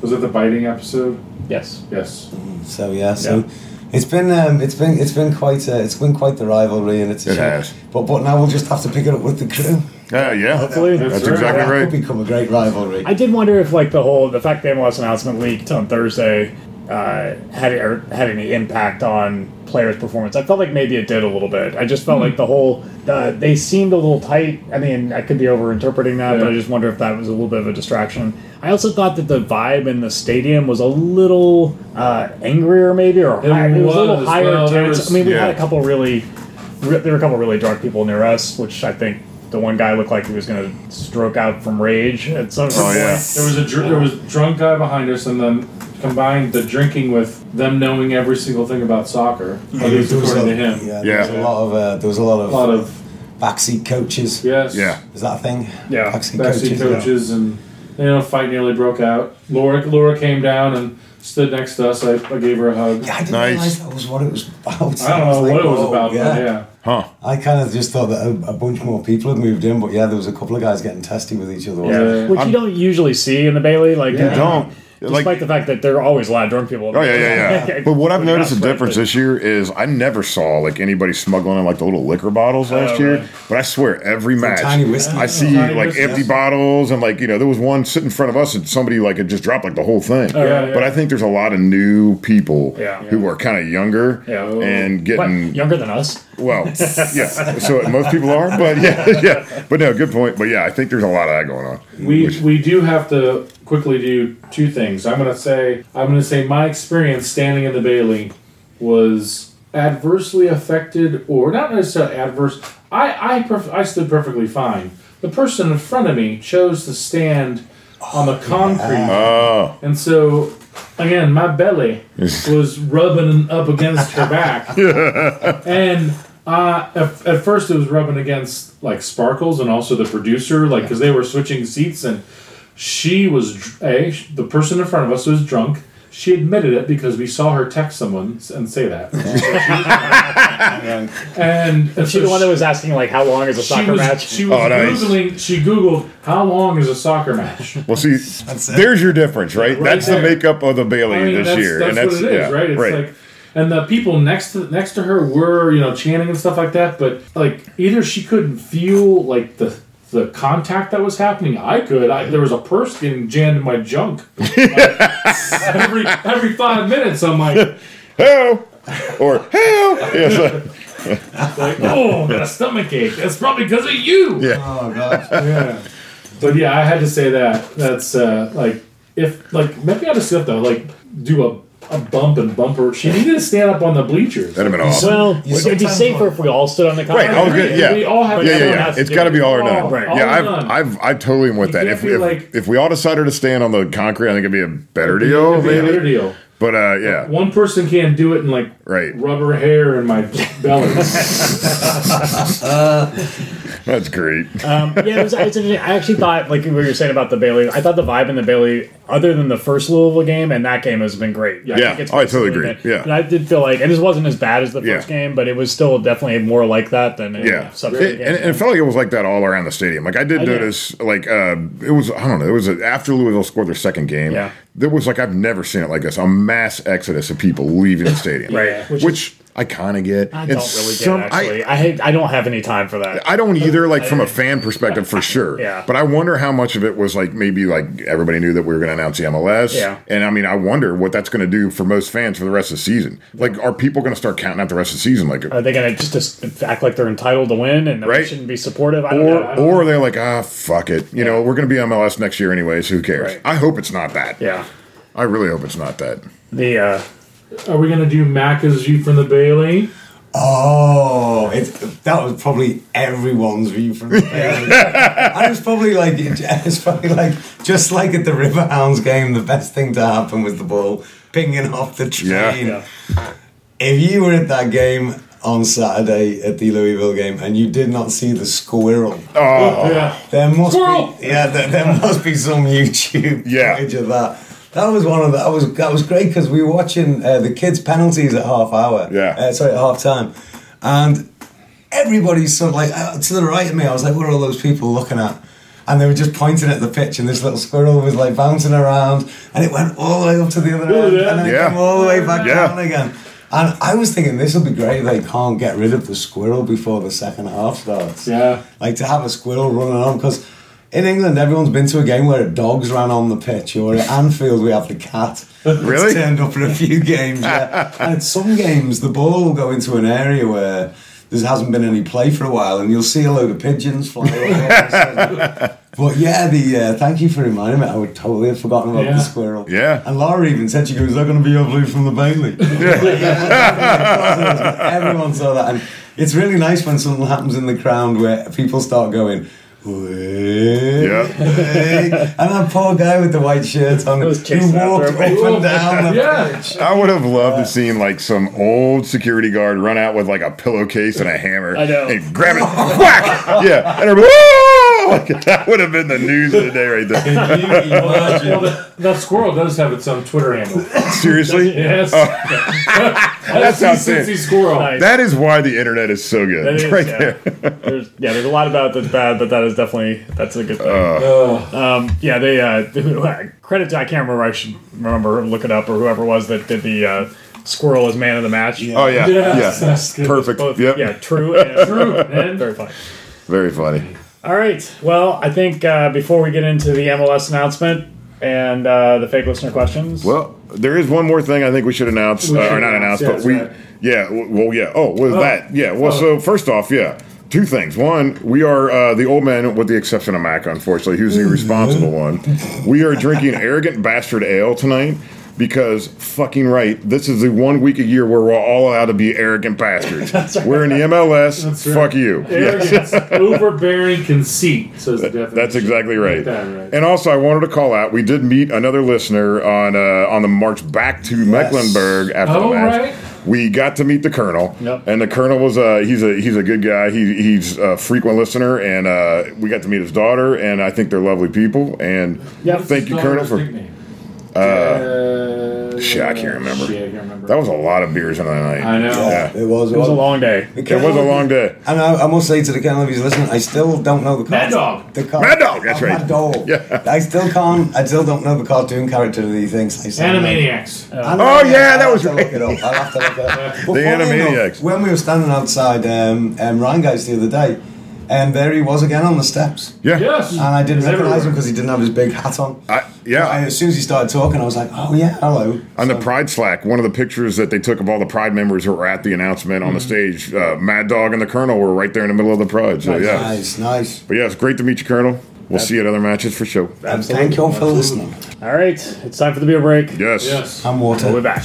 was it the biting episode? yes. Yes, So yeah, so it's been um, it's been it's been quite uh, it's been quite the rivalry, and it's a It shame. has. But but now we'll just have to pick it up with the crew. Yeah, yeah. Hopefully. That's That's exactly That right. could become a great rivalry. I did wonder if like the whole the fact they MLS announcement leaked on Thursday uh, had or had any impact on players' performance. I felt like maybe it did a little bit. I just felt Hmm. like the whole uh, they seemed a little tight. I mean, I could be overinterpreting that, but I Yeah. just wonder if that was a little bit of a distraction. I also thought that the vibe in the stadium was a little uh, angrier, maybe, or It higher, it was a little was, higher. well, there tense. was- I mean, we yeah. had a couple really re- there were a couple really drunk people near us, which I think. The one guy looked like he was going to stroke out from rage at some Oh, yeah. There was a dr- there was a drunk guy behind us, and then combined the drinking with them knowing every single thing about soccer, at least There was a- according to him. Yeah, there was Yeah. a lot of uh, there was a lot of, A lot of backseat coaches. yes, Yeah. Is that a thing? Yeah. backseat, backseat coaches. coaches, and you know, fight nearly broke out. Laura Laura came down and stood next to us. I, I gave her a hug. Yeah, I didn't Nice. realize that was what it was about. I don't know was what like, it was whoa, about, but yeah. Huh. I kind of just thought that a, a bunch more people had moved in, but yeah, there was a couple of guys getting testy with each other. wasn't there? Which you don't usually see in the Bailey. Like You uh, Don't. Despite the fact that there are always a lot of drunk people. Oh yeah, yeah, yeah. But what I've We're noticed a not difference friends, this year is I never saw like anybody smuggling in like the little liquor bottles last Oh, year. right. But I swear every match, tiny whiskey. I see Tiny like whiskey, empty yes. bottles and like you know there was one sitting in front of us and somebody like had just dropped like the whole thing. yeah, But yeah. I think there's a lot of new people Oh, Yeah. who are kind of younger Yeah. Oh. and but- getting What? Younger than us. well, yeah. So most people are, but yeah, yeah. But no, good point. But yeah, I think there's a lot of that going on. We Which- we do have to quickly do two things. I'm gonna say I'm gonna say my experience standing in the Bailey was adversely affected, or not necessarily adverse. I I perf- I stood perfectly fine. The person in front of me chose to stand on the concrete, oh, and so again, my belly was rubbing up against her back, and. Uh, at, at first, it was rubbing against like Sparkles and also the producer, like because they were switching seats, and she was dr- a sh- the person in front of us was drunk. She admitted it because we saw her text someone s- and say that. and and She so the one that was asking like how long is a she soccer was, match? She was Oh, nice. googling. She googled how long is a soccer match. well, see, it. there's your difference, right? right that's there. the makeup of the Bailey I mean, this that's, year, That's and that's what it yeah, is, right? It's like, and the people next to next to her were you know chanting and stuff like that, but like either she couldn't feel like the the contact that was happening. I could. I, there was a purse getting jammed in my junk every every five minutes. I'm like, Hell, or hell, yes, uh, like oh, that stomach ache. That's probably because of you. Yeah. Oh god. Yeah. But yeah, I had to say that. That's uh, like if like maybe I just have to like do a. A bump and bumper. She needed to stand up on the bleachers. that'd have been awesome. well, it'd you be sometimes safer want- if we all stood on the concrete. Right, oh, I was gonna, yeah, We all have yeah, yeah, everyone yeah. has to It's do got to it. be all or none. All right. All or Yeah, I've, none. I've, I totally am with that. You If, can't if, be like- if we all decided to stand on the concrete, I think it'd be a better deal, It'd be a Oh, maybe. better deal. But uh, yeah, One person can't do it in like Right. rubber hair in my belly. that's great. Um, yeah, it was, it's interesting. I actually thought, like what you were saying about the Bailey, I thought the vibe in the Bailey, other than the first Louisville game, and that game has been great. Yeah. think it's Oh, I totally basically agree. Yeah. And I did feel like, and this wasn't as bad as the Yeah. first game, but it was still definitely more like that than any Yeah, subsequent it, and, games. and it felt like it was like that all around the stadium. Like I Oh, did notice, like uh, it was I don't know, it was after Louisville scored their second game. Yeah. there was like I've never seen it like this—a mass exodus of people leaving the stadium. Right. which, Which I kind of get. I And don't really some- get it, I- actually. I, I hate- I don't have any time for that. I don't either, like from a fan perspective, for sure. Yeah. But I wonder how much of it was like maybe like everybody knew that we were going to announce the MLS. Yeah. And I mean, I wonder what that's going to do for most fans for the rest of the season. Like, are people going to start counting out the rest of the season? Like, Are they going to just, just act like they're entitled to win and that we Right. shouldn't be supportive? I don't or know. I don't- or they're like, ah, fuck it. You know, we're going to be MLS next year anyway, so who cares? Right. I hope it's not that. yeah, I really hope it's not that. the uh, Are we gonna do Mac as you from the Bailey? Oh, it, that was probably everyone's view from the Bailey. And it was probably like it was probably like just like at the Riverhounds game, the best thing to happen was the ball pinging off the train. yeah. If you were at that game on Saturday at the Louisville game and you did not see the squirrel, Oh, Yeah. there must Squirrel! be yeah, there, there must be some YouTube Yeah. footage of that. That was one of the, that was that was great because we were watching uh, the kids' penalties at half hour. Yeah. uh, sorry, at half time, and everybody's sort of like uh, to the right of me. I was like, what are all those people looking at? And they were just pointing at the pitch, and this little squirrel was like bouncing around, and it went all the way up to the other Oh, end, yeah. and then it Yeah. came all the way back Yeah. down again. And I was thinking, this will be great. They can't get rid of the squirrel before the second half starts Yeah. like to have a squirrel running on because in England, everyone's been to a game where dogs ran on the pitch, or at Anfield, we have the cat. Really? It's turned up for a few games, yeah. and at some games, the ball will go into an area where there hasn't been any play for a while, and you'll see a load of pigeons flying over. But yeah, the uh, thank you for reminding me. I would totally have forgotten about Yeah. the squirrel. Yeah. And Laura even said, she goes, is that going to be your blue from the Bailey? Everyone saw that. And it's really nice when something happens in the crowd where people start going, "Whey, Yeah. whey." And that poor guy with the white shirt on, who was chasing walked up after him. and down the Yeah. I would have loved to seen like some old security guard run out with like a pillowcase and a hammer. I know. And grab it, whack! Yeah, and everybody, "Whoa!" Like, that would have been the news of the day right there. Well, that, that squirrel does have its own Twitter handle. Seriously, Yes. Oh, That's That's outstanding. Cincy Squirrel. Nice. that is why the internet is so good. That is, right yeah. there. There's, yeah, there's a lot about that's bad, but that is definitely that's a good thing. Uh, Um, yeah, they uh, credit. To, I can't remember. I should remember look it up or whoever it was that did the uh, squirrel as man of the match. Oh yeah, yes, yeah. that's good. Perfect. Both, yep. yeah, true and True, man. Very funny. Very funny. All right. Well, I think uh, before we get into the MLS announcement and uh, the fake listener questions, Well, there is one more thing I think we should announce, We uh, should or not announce, announce, yeah, but that's we, right. yeah, w- well, yeah. Oh, what is that? Yeah. Well, so first off, yeah, two things. One, we are uh, the old man, with the exception of Mac, unfortunately, who's the irresponsible one. Mm-hmm. We are drinking arrogant bastard ale tonight because fucking right, this is the one week a year where we're all allowed to be arrogant bastards. We're in the MLS. right. Fuck you. arrogance, overbearing conceit, says the definition. That's exactly right. that right. And also, I wanted to call out. We did meet another listener on uh, on the march back to Mecklenburg after Oh, the match. right. We got to meet the colonel, Yep. and the colonel was uh, he's a he's a good guy. He, he's a frequent listener, and uh, we got to meet his daughter, and I think they're lovely people. And Yep. thank you, Colonel, for Uh, uh, shit, I can't remember. shit, I can't remember. that was a lot of beers in the night. I know. Yeah. It was. it was a long day. It was a long day. And I, I must say to the kennel, if he's listening, I still don't know the Mad cartoon. Dog. The car- Mad Dog, that's Oh, right. Mad Dog. Yeah. I still can't. I still don't know the cartoon character of these things. I still don't know. Animaniacs. Oh, yeah, that I'll was have to right. look it up. I'll have to look it up. But The funny Animaniacs. enough, when we were standing outside um, um, Ryan Guys the other day, and there he was again on the steps. Yeah, yes. And I didn't It's recognise him everywhere. because he didn't have his big hat on. I, I, yeah. as soon as he started talking, I was like, "Oh yeah, hello." On the Pride Slack, one of the pictures that they took of all the Pride members who were at the announcement on the stage, uh, Mad Dog and the Colonel were right there in the middle of the Pride. So, yeah. Nice, nice. But yeah, it's great to meet you, Colonel. We'll see you at other matches for sure. And thank you all for listening. All right, it's time for the beer break. Yes. Yes. I'm We'll Water. be back.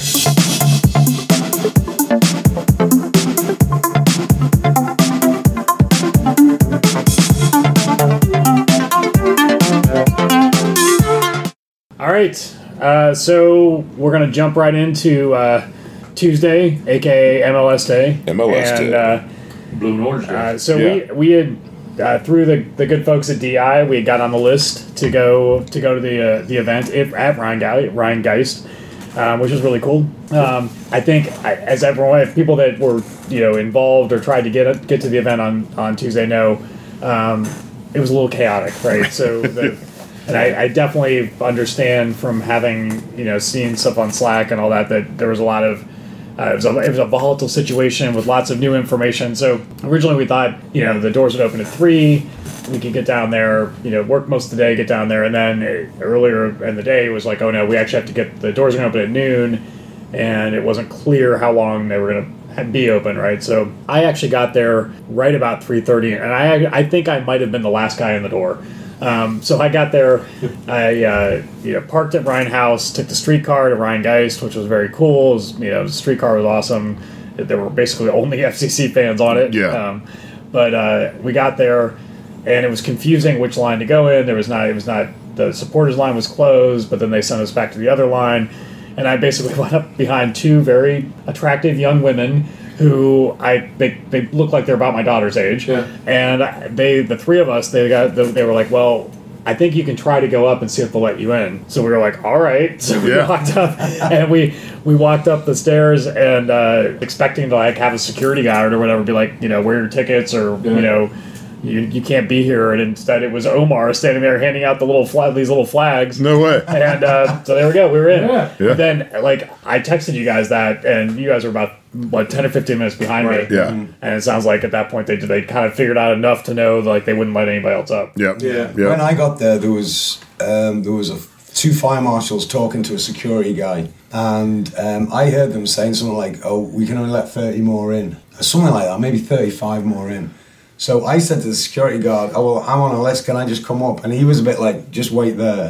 All right, uh, so we're gonna jump right into uh, Tuesday, aka MLS Day. MLS and, Day. Uh, Blue and orange. uh, so Yeah. we we had uh, through the, the good folks at DI, we had got on the list to go to go to the uh, the event if, at Ryan Geist, Ryan Geist um, which was really cool. Um, I think I, as everyone, if people that were you know involved or tried to get it- get to the event on on Tuesday know, um, it was a little chaotic, right? So. The, And I, I definitely understand from having you know seen stuff on Slack and all that that there was a lot of uh, it, was a, it was a volatile situation with lots of new information. So originally we thought, you know, the doors would open at three. We could get down there, you know, work most of the day, get down there, and then uh, earlier in the day it was like, oh no, we actually have to get the doors are going to open at noon, and it wasn't clear how long they were going to be open, right? So I actually got there right about three thirty, and I I think I might have been the last guy in the door. Um, so I got there. I uh, you know parked at Ryan House, took the streetcar to Ryan Geist, which was very cool. It was, you know, the streetcar was awesome. There were basically only FCC fans on it. Yeah. Um, but uh, we got there, and it was confusing which line to go in. There was not. It was not. The supporters line was closed, but then they sent us back to the other line, and I basically went up behind two very attractive young women who I they, they look like they're about my daughter's age Yeah. and they the three of us they got they were like well I think you can try to go up and see if they'll let you in. So we were like, "All right." So we Yeah. walked up, and we we walked up the stairs, and uh, expecting to like have a security guard or whatever be like, you know, where are your tickets, or Yeah. you know, you, you can't be here. And instead, it was Omar standing there handing out the little flag, these little flags No way. and uh, so there we go. We were in. Yeah. Yeah. Then, like, I texted you guys that, and you guys were about like ten or fifteen minutes behind Right. me. Yeah. And it sounds like at that point they they kind of figured out enough to know like they wouldn't let anybody else up. Yep. Yeah. Yep. When I got there, there was um, there was a, two fire marshals talking to a security guy, and um, I heard them saying something like, "Oh, we can only let thirty more in," or something like that, maybe thirty-five more in. So I said to the security guard, "Oh well, I'm on a list. Can I just come up?" And he was a bit like, "Just wait there."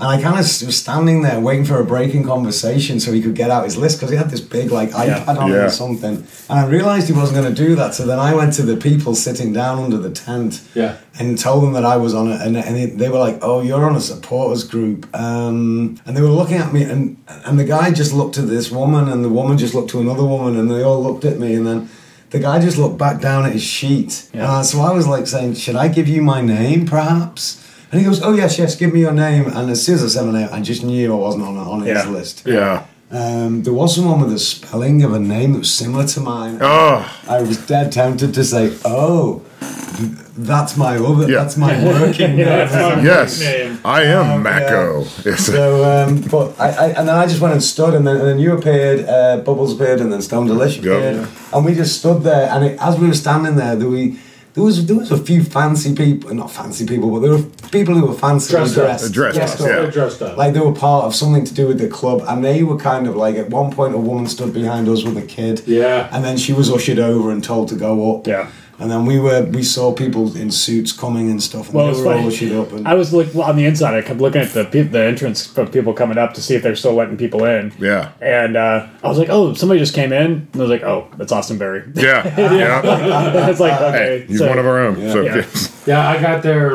And I kind of was standing there waiting for a breaking conversation so he could get out his list because he had this big like iPad on Yeah. or something. And I realised he wasn't going to do that. So then I went to the people sitting down under the tent Yeah. and told them that I was on it, and, and they, they were like, "Oh, you're on a supporters group," um, and they were looking at me, and and the guy just looked at this woman, and the woman just looked to another woman, and they all looked at me, and then the guy just looked back down at his sheet, Yeah. uh, so I was like saying, "Should I give you my name, perhaps?" And he goes, "Oh yes, yes, give me your name." And as soon as I said my name, I just knew I wasn't on on his Yeah. list. Yeah. Um, there was someone with a spelling of a name that was similar to mine. Oh, I was dead tempted to say, "Oh, th- that's my other, Yeah. that's my working name." yes. Name. I am yeah. Mako. Yes. So, um, but I, I, and then I just went and stood, and then, and then you appeared, uh, Bubbles appeared, and then Stone Delish appeared, Yeah. and we just stood there. And it, as we were standing there, there we there was there was a few fancy people, not fancy people, but there were people who were fancy Dressed up. dressed, Dressed up, up. yeah. They're dressed up. Like they were part of something to do with the club, and they were kind of like at one point a woman stood behind us with a kid, Yeah. and then she was ushered over and told to go up, Yeah. and then we were we saw people in suits coming and stuff, and Well, they it's were all funny. ushered up. And, I was look on the inside. I kept looking at the peop the entrance for people coming up to see if they're still letting people in. Yeah. And uh, I was like, "Oh, somebody just came in." And I was like, "Oh, that's Austin Berry." Yeah. yeah. it's like okay, Hey, he's so- one of our own. So Yeah. yes. Yeah, I got there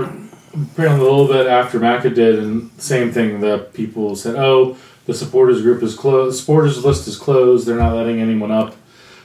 apparently a little bit after Maca did, and same thing. The people said, "Oh, the supporters group is closed. Supporters list is closed. They're not letting anyone up."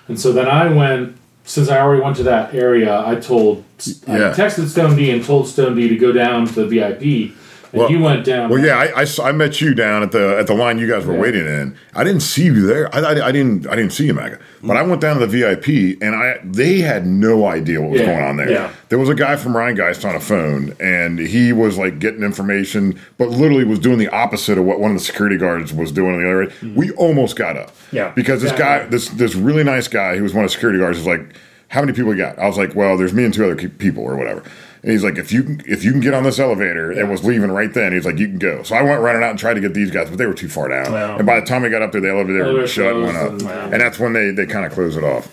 And so then I went. Since I already went to that area, I told Yeah. I texted Stone D and told Stone D to go down to the VIP, and Well- you went down. Well, yeah, I, I s- I met you down at the at the line you guys were Yeah. waiting in. I didn't see you there. I, I, I didn't I didn't see you, Maga. But I went down to the VIP, and I they had no idea what was Yeah, going on there. yeah. There was a guy from Ryan Geist on a phone, and he was like getting information, but literally was doing the opposite of what one of the security guards was doing on the other end. We almost got up, Yeah. because this Mm. Yeah. guy, this this really nice guy who was one of the security guards, was like, "How many people you got?" I was like, "Well, there's me and two other ke- people, or whatever." And he's like, "If you can, if you can get on this elevator," and was leaving right then. He's like, "You can go." So I went running out and tried to get these guys, but they were too far down. Wow. And by the time I got up there, the elevator Elevator was shut and went up, closed and- and that's when they they kind of closed it off.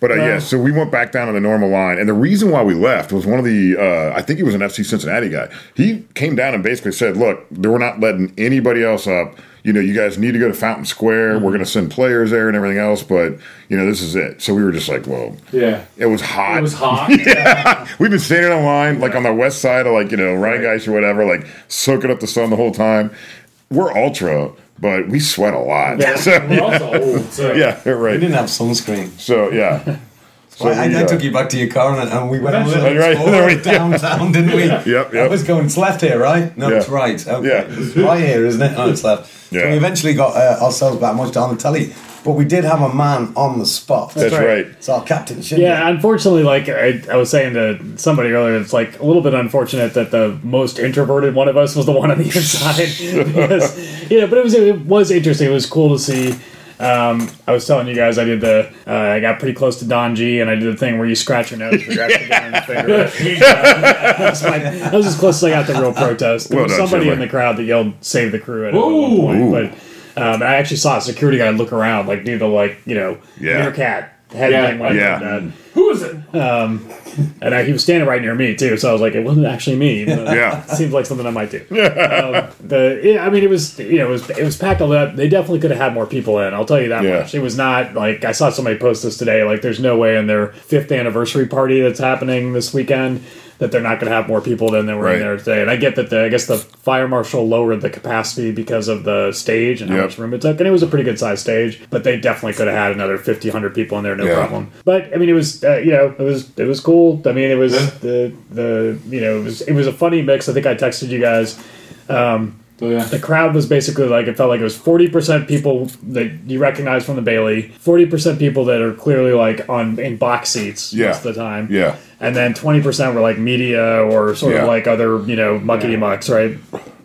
But uh, yeah, so we went back down to the normal line, and the reason why we left was one of the uh, I think he was an FC Cincinnati guy. He came down and basically said, "Look, we're not letting anybody else up. You know, you guys need to go to Fountain Square. We're going to send players there and everything else, but you know, this is it." So we were just like, "Well, yeah, it was hot. it was hot. We've been standing in line like on the west side of like you know Ryan Geist or whatever, like soaking up the sun the whole time. We're ultra, but we sweat a lot. Yeah, so, We're also old, so yeah, we right. didn't have sunscreen. So yeah. So Well, I, we, I uh, took you back to your car and, and we went a little Eventually. bit Right, forward there we- yeah. downtown, didn't we? Yep, yep. I was going, it's left here, right? No, it's Yeah. right. Okay. Yeah. It's right here, isn't it? No, it's left. So Yeah. we eventually got uh, ourselves back much down the telly, but we did have a man on the spot. That's right. It's our captain, shouldn't Yeah, unfortunately, like I, I was saying to somebody earlier, it's like a little bit unfortunate that the most introverted one of us was the one on the inside. because, you know, but it was it was interesting. It was cool to see. Um, I was telling you guys I did the uh, I got pretty close to Don G and I did the thing where you scratch your nose but you're actually getting the finger. That was my- that was as close as I got to real protest. There Well was done, somebody Chandler. in the crowd that yelled "Save the crew" at one Ooh. point, but um, I actually saw a security guard look around like do the like you know Yeah. meerkat head Yeah. thing when I Yeah. did that. Who is it? And uh, he was standing right near me too, so I was like, it wasn't actually me. But Yeah. it seems like something I might do. um, the yeah, I mean, it was you know it was it was packed a lot. They definitely could have had more people in. I'll tell you that Yeah. much. It was not like I saw somebody post this today. Like, there's no way in their fifth anniversary party that's happening this weekend that they're not going to have more people than there were Right. in there today. And I get that the I guess the fire marshal lowered the capacity because of the stage and how Yep. much room it took, and it was a pretty good sized stage. But they definitely could have had another 50, 100 people in there, no Yeah. problem. But I mean, it was uh, you know it was it was cool. I mean, it was Yeah. the the you know it was it was a funny mix. I think I texted you guys. Oh, yeah. The crowd was basically like it felt like it was forty percent people that you recognize from the Bailey, forty percent people that are clearly like on in box seats Yeah. most of the time, Yeah. and then twenty percent were like media or sort Yeah. of like other you know muckety mucks, right?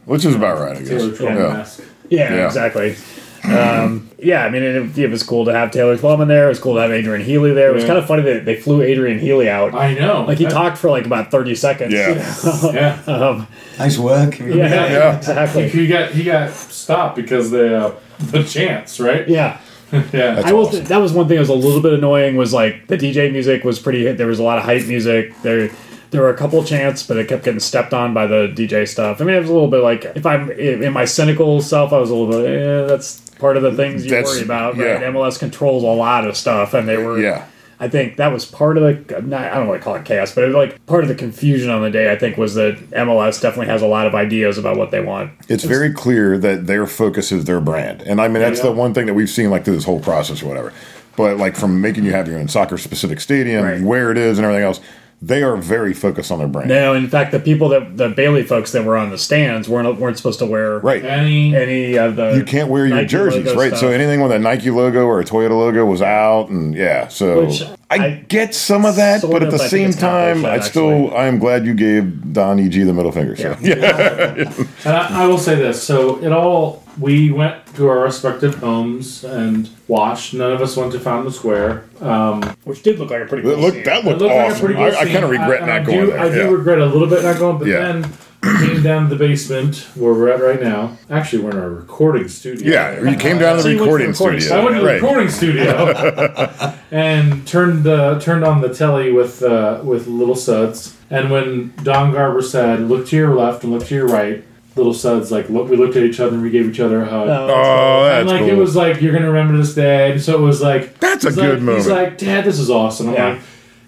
Which is about right, I guess. Taylor Troll Yeah. mask. Yeah, Yeah. exactly. Um, yeah, I mean, it, it was cool to have Taylor Twellman there. It was cool to have Adrian Healy there. It was Yeah. kind of funny that they flew Adrian Healy out. I know. Like he I- talked for like about thirty seconds. Yeah. Yeah. um, Nice work. yeah, Yeah. exactly. He got he got stopped because the uh, the chance, right? Yeah. Yeah. I will. Th- that was one thing that was a little bit annoying. Was like the DJ music was pretty. There was a lot of hype music. There, there were a couple chants, but it kept getting stepped on by the DJ stuff. I mean, it was a little bit like if I'm in my cynical self, I was a little bit. Eh, that's part of the things you That's- worry about. yeah. Right? MLS controls a lot of stuff, and they were. Yeah. I think that was part of the. Not, I don't want to call it chaos, but it was like part of the confusion on the day. I think was that MLS definitely has a lot of ideas about what they want. It's very clear that their focus is their brand. And I mean, that's the one thing that we've seen like through this whole process or whatever. But like from making you have your own soccer specific stadium, Right. where it is, and everything else, they are very focused on their brand. No, in fact, the people that the Bailey folks that were on the stands weren't weren't supposed to wear Right. Any any of the you can't wear your Nike jerseys, logo right? So stuff. anything with a Nike logo or a Toyota logo was out, and yeah. So Which I, I- get some of that, sort but at of, the I think same it's not time, I bullshit, still I am glad you gave Don E. G. the middle finger. So. Yeah. And I, I will say this. So it all we went to our respective homes and washed. None of us went to Fountain Square. Um, which did look like a pretty cool That looked, scene. that it looked looked like a awesome. pretty good I, I scene. kind of regret and not I going do, there. I do yeah. regret a little bit not going, but Yeah. then came down to the basement where we're at right now. Actually, we're in our recording studio. Yeah, you came down to So the you went to recording the recording studio. I went to the right. recording studio and turned uh, turned on the telly with uh, with Little Suds. And when Don Garber said, "Look to your left and look to your right," Little Suds like look, we looked at each other and we gave each other a hug. Oh, that's and like cool. it was like you're gonna remember this day, and so it was like That's a he's good like, He's moment. like, Dad, this is awesome. I'm Yeah. like,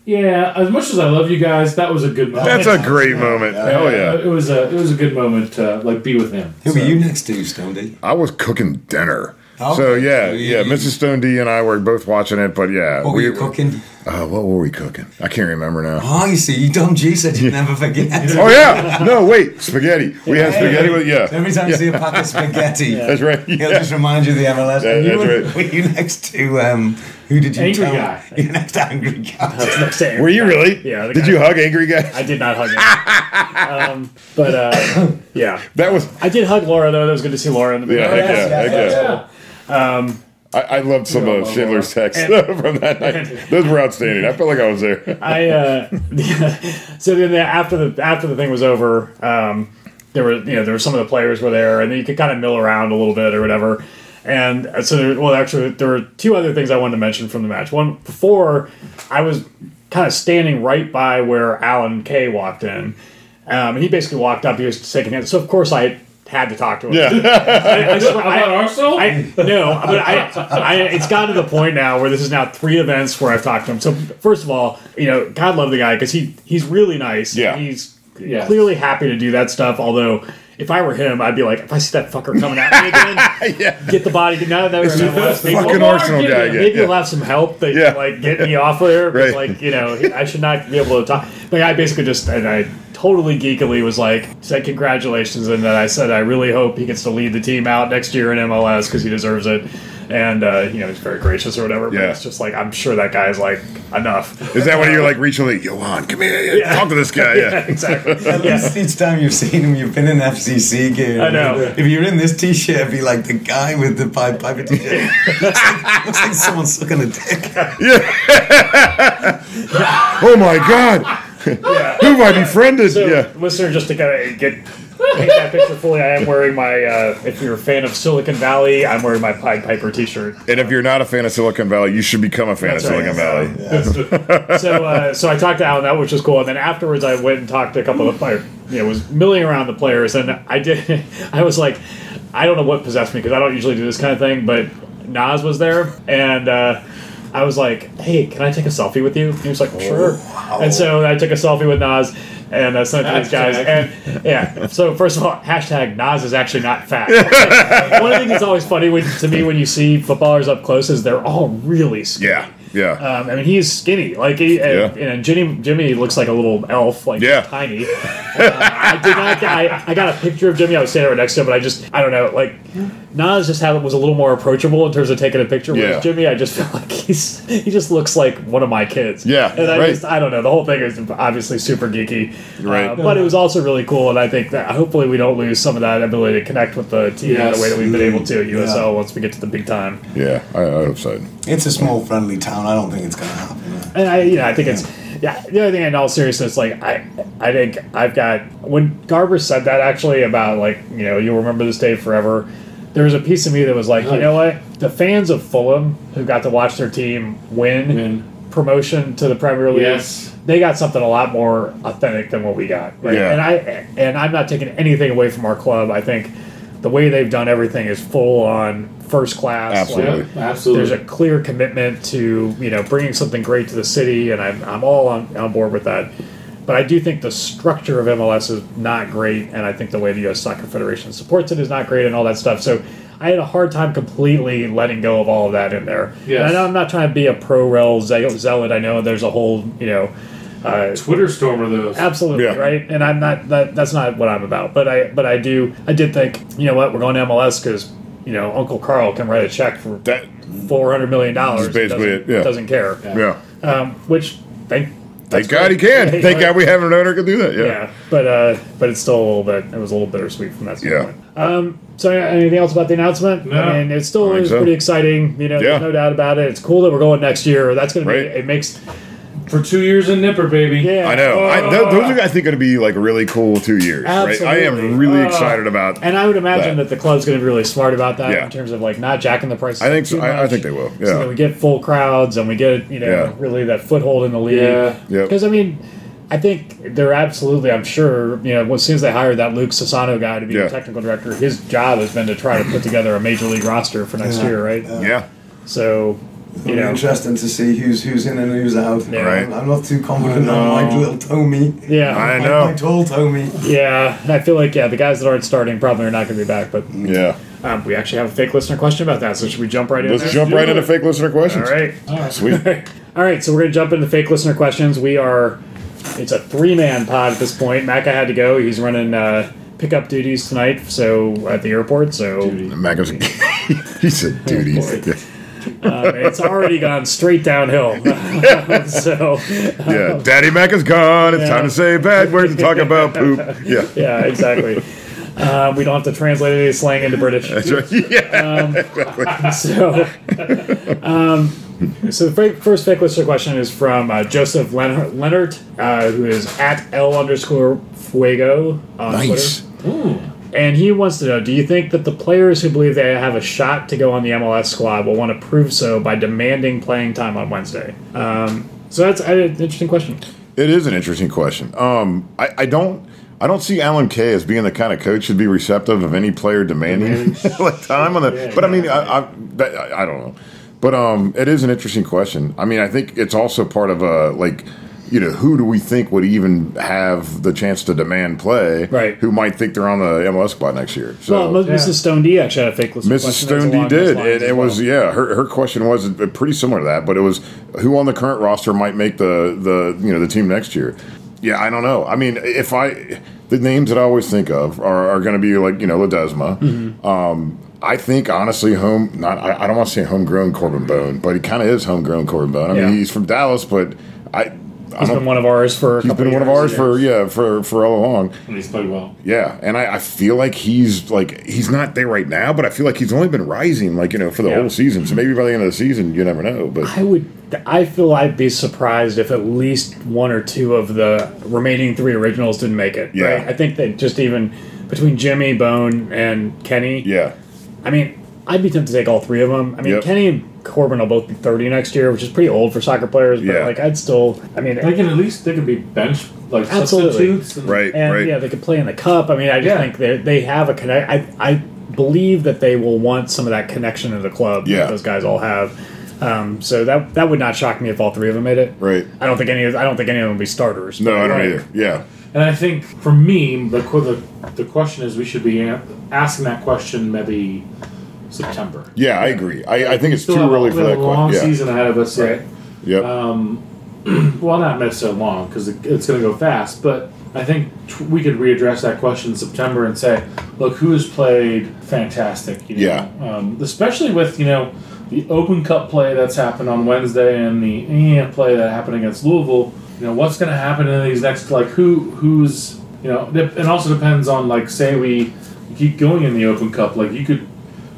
Yeah, as much as I love you guys, that was a good moment. That's a great moment. Hell yeah. It was a it was a good moment to like be with him. Who So- were you next to, Stoney? I was cooking dinner. Oh, So okay. yeah, So you- yeah. Mrs. Stone D and I were both watching it, but yeah, What were you cooking? Uh, what were we cooking? I can't remember now. Oh, you see, you dumb G said you'd never forget. Oh yeah, no wait, spaghetti. We had spaghetti with yeah. Every time you see a pack of spaghetti, That's right. he'll Yeah. just remind you of the MLS. That- you that's were, right. were you next to um, who did you Angry tell? guy. You next to angry guy. That's next to Were you really? Yeah, the Did guy- you hug angry guy? I did not hug him, um, but uh, yeah, That was I did hug Laura though. That was good to see Laura in the yeah, heck yes, yeah, yes, heck yeah. Yeah. Um, I, I loved some of Schindler's texts from that night. Those were outstanding. I felt like I was there. I uh, so then the, after the after the thing was over, um, there were you know there were some of the players were there, and then you could kind of mill around a little bit or whatever. And uh, so there, well, actually, there were two other things I wanted to mention from the match. One before I was kind of standing right by where Alan Kay walked in, um, and he basically walked up. He was shaking hands, so of course I had to talk to him. Yeah. I, I, swear- I- About Arsenal? I no, but I, I it's gotten to the point now where this is now three events where I've talked to him. So first of all, you know, God love the guy because he he's really nice. Yeah. he's Yes. clearly happy to do that stuff. Although if I were him, I'd be like, if I see that fucker coming at me again, yeah. get the body. Now that It's we're a in MLS, maybe fucking we'll- Arsenal guy again. Maybe yeah. we'll have some help that Yeah. can, like get me off of there. Right. But, Like you know, I should not be able to talk. But I basically just and I totally geekily was like said congratulations, and then I said I really hope he gets to lead the team out next year in MLS because he deserves it. And uh, you know he's very gracious or whatever. But Yeah. it's just like I'm sure that guy's like enough. Is that when you're like reaching like, Johan, come here, yeah, talk to this guy? Yeah. exactly. At yeah. least each time you've seen him, you've been in an FCC game. I know. If you're in this t-shirt, it'd be like the guy with the pipe pipe t-shirt. looks, like, looks like someone's sucking a dick. Oh my God. Who have I befriended? So, yeah. listener, just to kind of get paint that picture fully, I am wearing my. Uh, if you're a fan of Silicon Valley, I'm wearing my Pied Piper T-shirt. And if you're not a fan of Silicon Valley, you should become a fan of That's right. Silicon Valley. so uh, so I talked to Alan, that which was cool, and then afterwards I went and talked to a couple of players. You know, was milling around the players, and I did. I was like, I don't know what possessed me because I don't usually do this kind of thing, but Nas was there, and. Uh, I was like, "Hey, can I take a selfie with you?" He was like, "Sure." Oh, And so I took a selfie with Nas, and I sent it to these guys. Hashtag. And yeah, so first of all, hashtag Nas is actually not fat. One of the things that's always funny when, to me when you see footballers up close is they're all really skinny. Yeah. Yeah. Um, I mean, he's skinny. Like he, and, Yeah. and Jimmy, Jimmy looks like a little elf, like Yeah. tiny. I did not. I, I got a picture of Jimmy. I was standing right next to him, but I just I don't know. Like Nas just had was a little more approachable in terms of taking a picture. Whereas Yeah. Jimmy, I just feel like he's he just looks like one of my kids. Yeah, and I right. just I don't know. The whole thing is obviously super geeky, Right. Uh, but it was also really cool, and I think that hopefully we don't lose some of that ability to connect with the team in Yes. the way that we've been able to at Yeah. USL once we get to the big time. Yeah, I, I hope so. It's a small, friendly town. I don't think it's going to happen. And I, you know, I think it's yeah. The other thing, in all seriousness, like I, I think I've got when Garber said that actually about like you know you'll remember this day forever. There was a piece of me that was like, you know what, the fans of Fulham who got to watch their team win, Win. promotion to the Premier League, Yes. they got something a lot more authentic than what we got. Right? Yeah. And I and I'm not taking anything away from our club. I think the way they've done everything is full on first class. like, Absolutely. Yeah, absolutely. there's a clear commitment to you know bringing something great to the city, and I'm, I'm all on, on board with that. But I do think the structure of MLS is not great, and I think the way the U.S. Soccer Federation supports it is not great, and all that stuff. So I had a hard time completely letting go of all of that in there. Yes. And I know I'm not trying to be a pro rel ze- zealot. I know there's a whole you know. Uh, Twitter storm of those. Absolutely Yeah. right, and I'm not that. That's not what I'm about. But I, but I do. I did think, you know what, we're going to MLS because you know Uncle Carl can write a check for That, four hundred million dollars. That's basically doesn't, it, yeah. doesn't care. yeah. Um, which thank Thank God he can. Hey, Thank yeah. God we have an owner who can do that. Yeah. yeah, but uh, but it's still a little bit. It was a little bittersweet from that Yeah. standpoint. Um, so yeah, anything else about the announcement? No. I mean, it still think is so. pretty exciting. You know, Yeah. there's no doubt about it. It's cool that we're going next year. That's going Right. to be. It makes. For two years in Nipper, baby. Yeah, I know. I, th- those are, I think, going to be like really cool two years. Right? I Absolutely. am really Uh, excited about. And I would imagine That. that, the club's going to be really smart about that Yeah. in terms of like not jacking the prices. I think up too so. I- I much, think they will. So Yeah. that we get full crowds and we get you know Yeah. really that foothold in the league. Yeah. Yep. Because I mean, I think they're absolutely. I'm sure you know. As soon as they hired that Luke Sassano guy to be Yeah. the technical director, his job has been to try to put together a major league roster for next Yeah. year, right? yeah. So you It'll be know, interesting to see who's who's in and who's out. Yeah. Right. I'm, I'm not too confident No. on my little Tommy. yeah, I My- My know. tall Tommy. yeah. And I feel like yeah, the guys that aren't starting probably are not going to be back. But Yeah. um, we actually have a fake listener question about that. So should we jump right in? Let's there? jump do right it. into fake listener All questions. right. Sweet. All right, so we're gonna jump into fake listener questions. We are, it's a three man pod at this point. Maca had to go; he's running uh, pickup duties tonight, so at the airport. So Mac was he said, dude, he's boy. um, it's already gone straight downhill. so yeah. Daddy Mac is gone. It's time to say bad words and talk about poop. Yeah. yeah, exactly. Um, we don't have to translate any slang into British. That's right. Yeah. So, um, so the fir- first fake listener question is from uh, Joseph Leonard, Leonard uh, who is at L underscore Fuego on nice. Twitter. And he wants to know Do you think that the players who believe they have a shot to go on the MLS squad will want to prove so by demanding playing time on Wednesday? Um, so that's an interesting question. It is an interesting question. Um, I, I don't. I don't see Alan Kay as being the kind of coach who'd be receptive of any player demanding like time on the. but I mean, I, I, that, I I don't know. But um, it is an interesting question. I mean, I think it's also part of a like, you know, who do we think would even have the chance to demand play? Right. Who might think they're on the MLS squad next year? So Well, Mrs. Stone D actually had a fake listener Mrs. question. that was Oh, Stone D along those did, lines and as it was well. yeah. Her, her question was pretty similar to that, but it was who on the current roster might make the the you know the team next year. Yeah, I don't know. I mean, if I the names that I always think of are, are going to be like you know Ledesma. Mm-hmm. Um, I think honestly, home not I, I don't want to say homegrown Corbin Bone, but he kind of is homegrown Corbin Bone. I Yeah. mean, he's from Dallas, but I. I He's don't, been one of ours for a he's couple been one of years. ours for yeah for for all along. And he's played well. Yeah, and I, I feel like he's like he's not there right now, but I feel like he's only been rising like you know for the Yeah. whole season. So maybe by the end of the season, you never know. But I would. I feel I'd be surprised if at least one or two of the remaining three originals didn't make it. Yeah. Right? I think that just even between Jimmy Bone and Kenny. yeah, I mean, I'd be tempted to take all three of them. I mean, Yep. Kenny and Corbin will both be thirty next year, which is pretty old for soccer players. But Yeah. like, I'd still. I mean, They can at least they can be bench like Absolutely. substitutes. And, right, and right, yeah, they could play in the cup. I mean, I just Yeah. think they they have a connect. I I believe that they will want some of that connection to the club. Yeah. that those guys all have. Um, so that that would not shock me if all three of them made it. right. I don't think any of I don't think any of them will be starters. No, I don't Like, either. Yeah, And I think for me, the qu- the, the question is we should be a- asking that question maybe September. yeah, I agree. I, I think it's Still too have a- early we for have that a long question. season Um, ahead of us. Right. Yeah, yep. Well, not necessarily long because it, it's going to go fast, but I think t- we could readdress that question in September and say, look, who has played fantastic? You know? Yeah. Um, especially with, you know, the Open Cup play that's happened on Wednesday and the eh, play that happened against Louisville. You know, what's going to happen in these next, like, who, who's, you know, it also depends on, like, say we keep going in the Open Cup. Like, you could,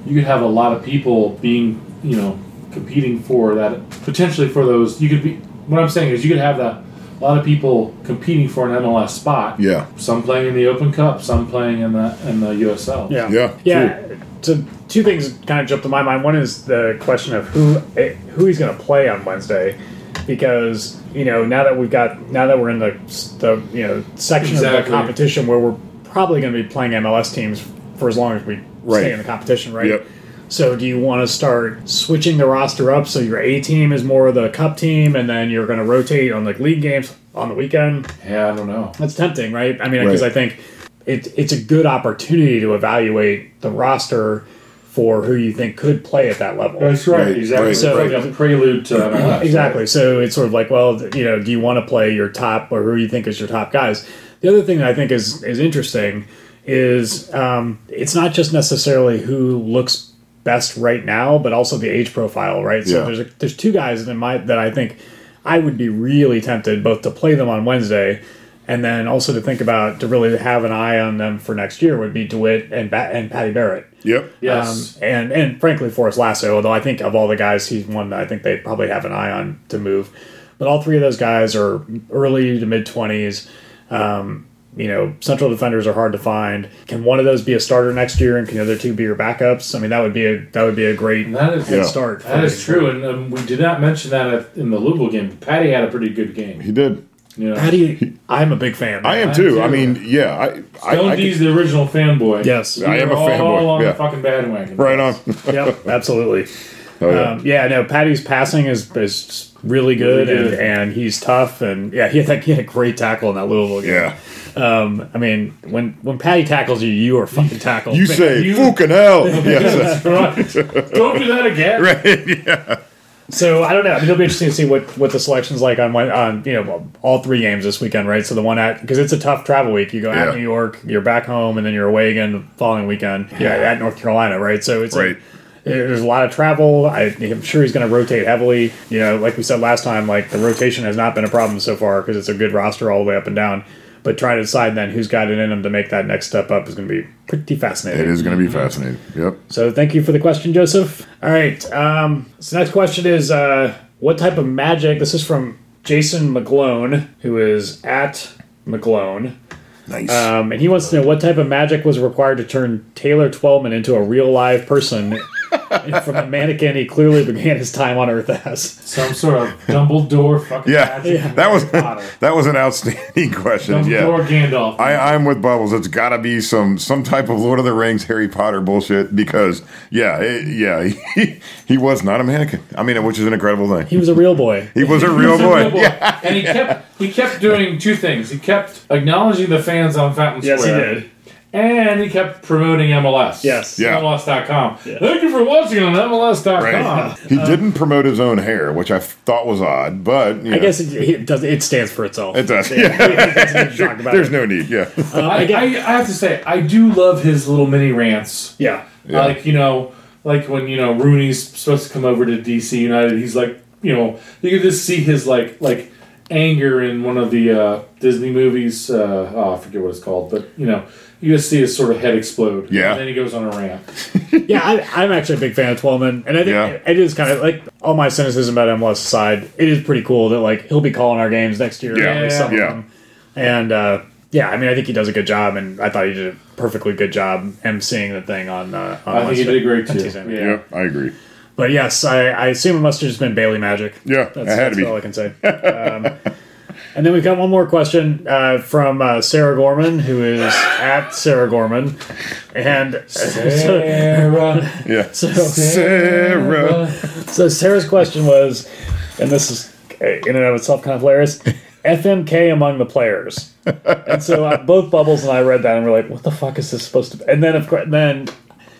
you could have a lot of people being, you know, competing for that, potentially for those. You could be, what I'm saying is, you could have that, a lot of people competing for an MLS spot. Yeah. Some playing in the Open Cup, some playing in the in the USL. Yeah. Yeah, Yeah. So two things kind of jumped to my mind. One is the question of who eh, who he's going to play on Wednesday, because you know now that we've got now that we're in the s- the you know section of the Exactly. competition where we're probably going to be playing MLS teams for as long as we Right. stay in the competition, right? Yep. So do you want to start switching the roster up so your A team is more of the cup team, and then you're going to rotate on like league games on the weekend? Yeah, I don't know. That's tempting, right? I mean, because Right. I think it, it's a good opportunity to evaluate the roster for who you think could play at that level. right, Right, exactly. right, So- like a prelude to MLS. Exactly. So it's sort of like, well, you know, do you want to play your top or who you think is your top guys? The other thing that I think is is interesting is um, it's not just necessarily who looks best right now, but also the age profile, right? So Yeah. there's a, there's two guys that my that I think I would be really tempted both to play them on Wednesday. And then also to think about to really have an eye on them for next year would be DeWitt and ba- and Patty Barrett. Yep. Um, Yes. and and frankly, Forrest Lasso. Although I think of all the guys, he's one that I think they probably have an eye on to move. But all three of those guys are early to mid twenties. Um, you know, central defenders are hard to find. Can one of those be a starter next year, and can the other two be your backups? I mean, that would be a that would be a great that is Yeah. start. that is true, and um, we did not mention that at, in the Louisville game. Patty had a pretty good game. He did. You know, How do you? I'm a big fan. I am I too. do. I mean, yeah. I, I, Stone I D's could- the original fanboy. Yes. We I am were a all fanboy, on yeah. the fucking bandwagon. right on. yep. Absolutely. Oh, yeah. Um, yeah, no, Patty's passing is, is really good, Really and, good. and he's tough, and yeah, he had, that, he had a great tackle in that Louisville game. yeah. Um, I mean, when when Patty tackles you, you are fucking tackled. You say you- fucking hell. Yes. That's right. Don't do that again. so. I don't know. I mean, it'll be interesting to see what what the selection's like on one on you know all three games this weekend, right? So the one at because it's a tough travel week. You go Yeah. at New York, you're back home, and then you're away again the following weekend. Yeah, at North Carolina, right? So it's like, Right. there's a lot of travel. I, I'm sure he's going to rotate heavily. You know, like we said last time, like the rotation has not been a problem so far because it's a good roster all the way up and down. But trying to decide then who's got it in him to make that next step up is going to be pretty fascinating. It is going to be fascinating. Yep. So thank you for the question, Joseph. All right. Um, so next question is uh, what type of magic? This is from Jason McGlone, who is at McGlone, Nice. um, and he wants to know what type of magic was required to turn Taylor Twelman into a real live person. from the mannequin he clearly began his time on Earth as. Some sort of Dumbledore fucking yeah. magic in That was Harry Potter. that was an outstanding question. Yeah. Dumbledore Gandalf. I, I'm with Bubbles. It's got to be some some type of Lord of the Rings, Harry Potter bullshit because yeah, it, yeah, he, he was not a mannequin. I mean, which is an incredible He thing. was a real boy. He was a real boy. Boy. Yeah. And he kept he kept doing two things. He kept acknowledging the fans on Fountain Yes, he Square. did. And he kept promoting MLS. Yes. Yeah. MLS.com. Thank you for watching on MLS.com. Right. He didn't promote his own hair, which I thought was odd, but you Uh, I know, guess it, it does. It stands for itself. it does. Yeah. Talk about There's it. no need. Yeah. I, I, I have to say, I do love his little mini rants. Yeah. Like, you know, like when, you know, Rooney's supposed to come over to DC United, he's like, you know, you can just see his, like, like anger in one of the uh, Disney movies. Uh, oh, I forget what it's called, but, you know, you just see his sort of head explode. Yeah. And then he goes on a rant. yeah, I, I'm actually a big fan of Twelman, and I think Yeah. it is kind of like all my cynicism about MLS aside, it is pretty cool that like he'll be calling our games next year, Yeah. at least some Yeah. of them. And uh, yeah, I mean, I think he does a good job, and I thought he did a perfectly good job emceeing the thing on. Uh, Oh, on I think he Wednesday. did great, On too. Tuesday night. Yeah. Yep. I agree. But yes, I, I assume it must have just been Bailey magic. Yeah, that's, it had that's to be. all I can say. Um, and then we've got one more question uh, from uh, Sarah Gorman, who is at Sarah Gorman, and Sarah. Yeah. so Uh, Sarah. So Sarah's question was, and this is uh, in and of itself kind of hilarious. FMK among the players, and so uh, both Bubbles and I read that and we're like, "What the fuck is this supposed to?" be? And then of course, then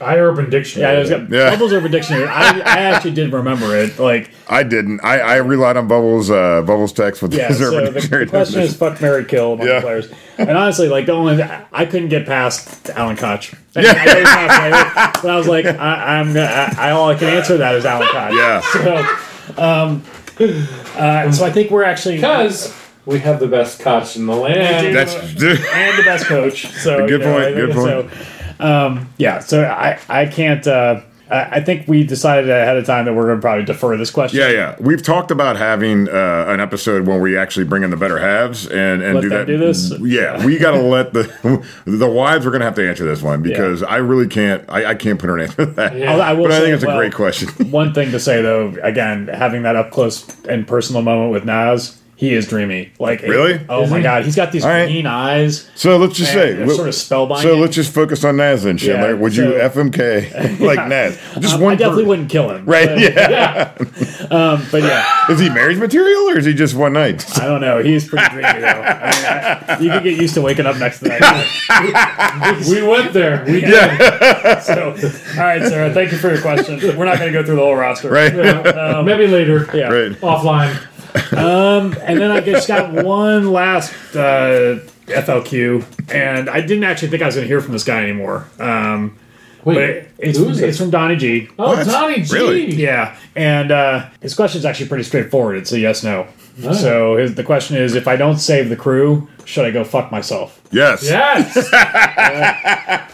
I Urban Dictionary. Yeah, it was got Yeah. Bubbles Urban Dictionary. I, I actually did remember it. Like, I didn't. I, I relied on Bubbles uh, Bubbles text with yeah. his so Urban the, Dictionary the question is, fuck, Mary kill among Yeah. the players. And honestly, like the only I couldn't get past Alan Koch. And I, know he's not a player, but I was like, I, I'm gonna. I, I all I can answer that is Alan Koch. Yeah. So, um, uh, so I think we're actually because we have the best coach in the land. We That's and the best coach. So Good you know, point, I think good point. So, um, yeah. So I I can't. Uh, I I think we decided ahead of time that we're going to probably defer this question. yeah, yeah. We've talked about having uh, an episode when we actually bring in the better halves and and Let do them that. do this? Yeah, we got to let the the wives are going to have to answer this one because I really can't. I, I can't put her an answer to that. Yeah. Although I will But I say, think it's well, a great question. One thing to say though, again, having that up close and personal moment with Nas, he is dreamy. Like Really? oh Is my he? god, he's got these All right. green eyes. So let's just Man, say they're we- sort of spellbinding. So let's just focus on Naz then, Schindler. Yeah, Would you so- FMK like Naz? Just Um, one. I definitely uh, per- wouldn't kill him. Right? But, Yeah. um, but yeah, Is he marriage material or is he just one night? I don't know. He's pretty dreamy though. I mean, I, you can get used to waking up next to that. guy. We went there. We did. So, all right, Sarah, thank you for your question. We're not going to go through the whole roster. Right. Um, Maybe later. yeah. Right. Offline. Um, and then I just got one last uh, FLQ, and I didn't actually think I was going to hear from this guy anymore. Um, but Wait, it's, who is it's it? from Donnie G. Oh, What? Donnie G. Really? Yeah, and uh, his question is actually pretty straightforward. It's a yes no. Oh. So his, the question is, if I don't save the crew, should I go fuck myself? Yes. Yes.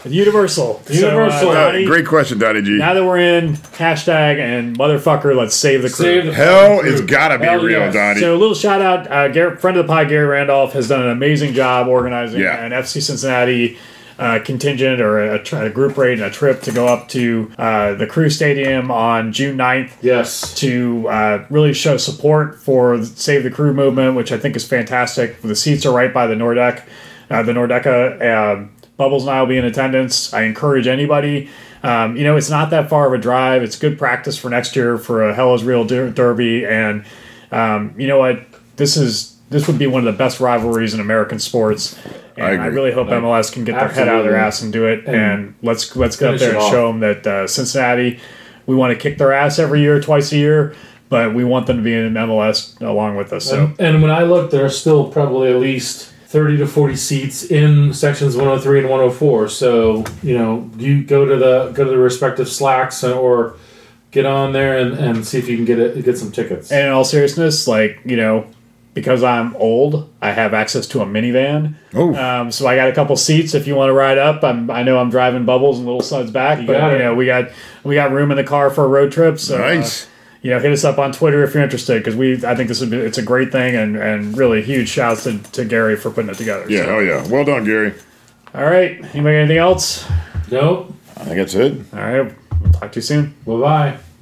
Universal. So, uh, Universal. Uh, Donnie, great question, Donnie G. now that we're in hashtag and motherfucker, let's save the crew. Save the Hell is gotta be Hell real, yes. Donnie. So a little shout out, uh, Garrett, friend of the pod, Gary Randolph has done an amazing job organizing Yeah. an FC Cincinnati uh, contingent or a, tr- a group rate and a trip to go up to uh, the Crew Stadium on June 9th yes. to uh, really show support for the Save the Crew movement, which I think is fantastic. The seats are right by the Nordeck, uh, the Nordeca. Um, Bubbles and I will be in attendance. I encourage anybody. Um, you know, it's not that far of a drive. It's good practice for next year for a Hell is Real der- Derby, and um, you know what? This is this would be one of the best rivalries in American sports. And I I, agree. really hope MLS can get their head out of their Absolutely. ass and do it. And, let's let's get up finish there it and off. show them that uh, Cincinnati, we want to kick their ass every year, twice a year, but we want them to be in MLS along with us. So And, and when I look, there are still probably at least 30 to 40 seats in sections 103 and 104. So, you know, you go to the go to the respective slacks or get on there and, and see if you can get it, get some tickets. And in all seriousness, like, you know, because I'm old, I have access to a minivan. Oh. Um, so I got a couple seats if you want to ride up. I'm, I know I'm driving Bubbles and Little Suds back, but got you it. know, we got we got room in the car for a road trip. So uh, nice. you know, hit us up on Twitter if you're interested because we I think this would be it's a great thing and and really huge shouts to, to Gary for putting it together. yeah. So- Hell yeah. Well done, Gary. All right. Anybody got anything else? nope. I think that's it. All right. We'll talk to you soon. Bye bye.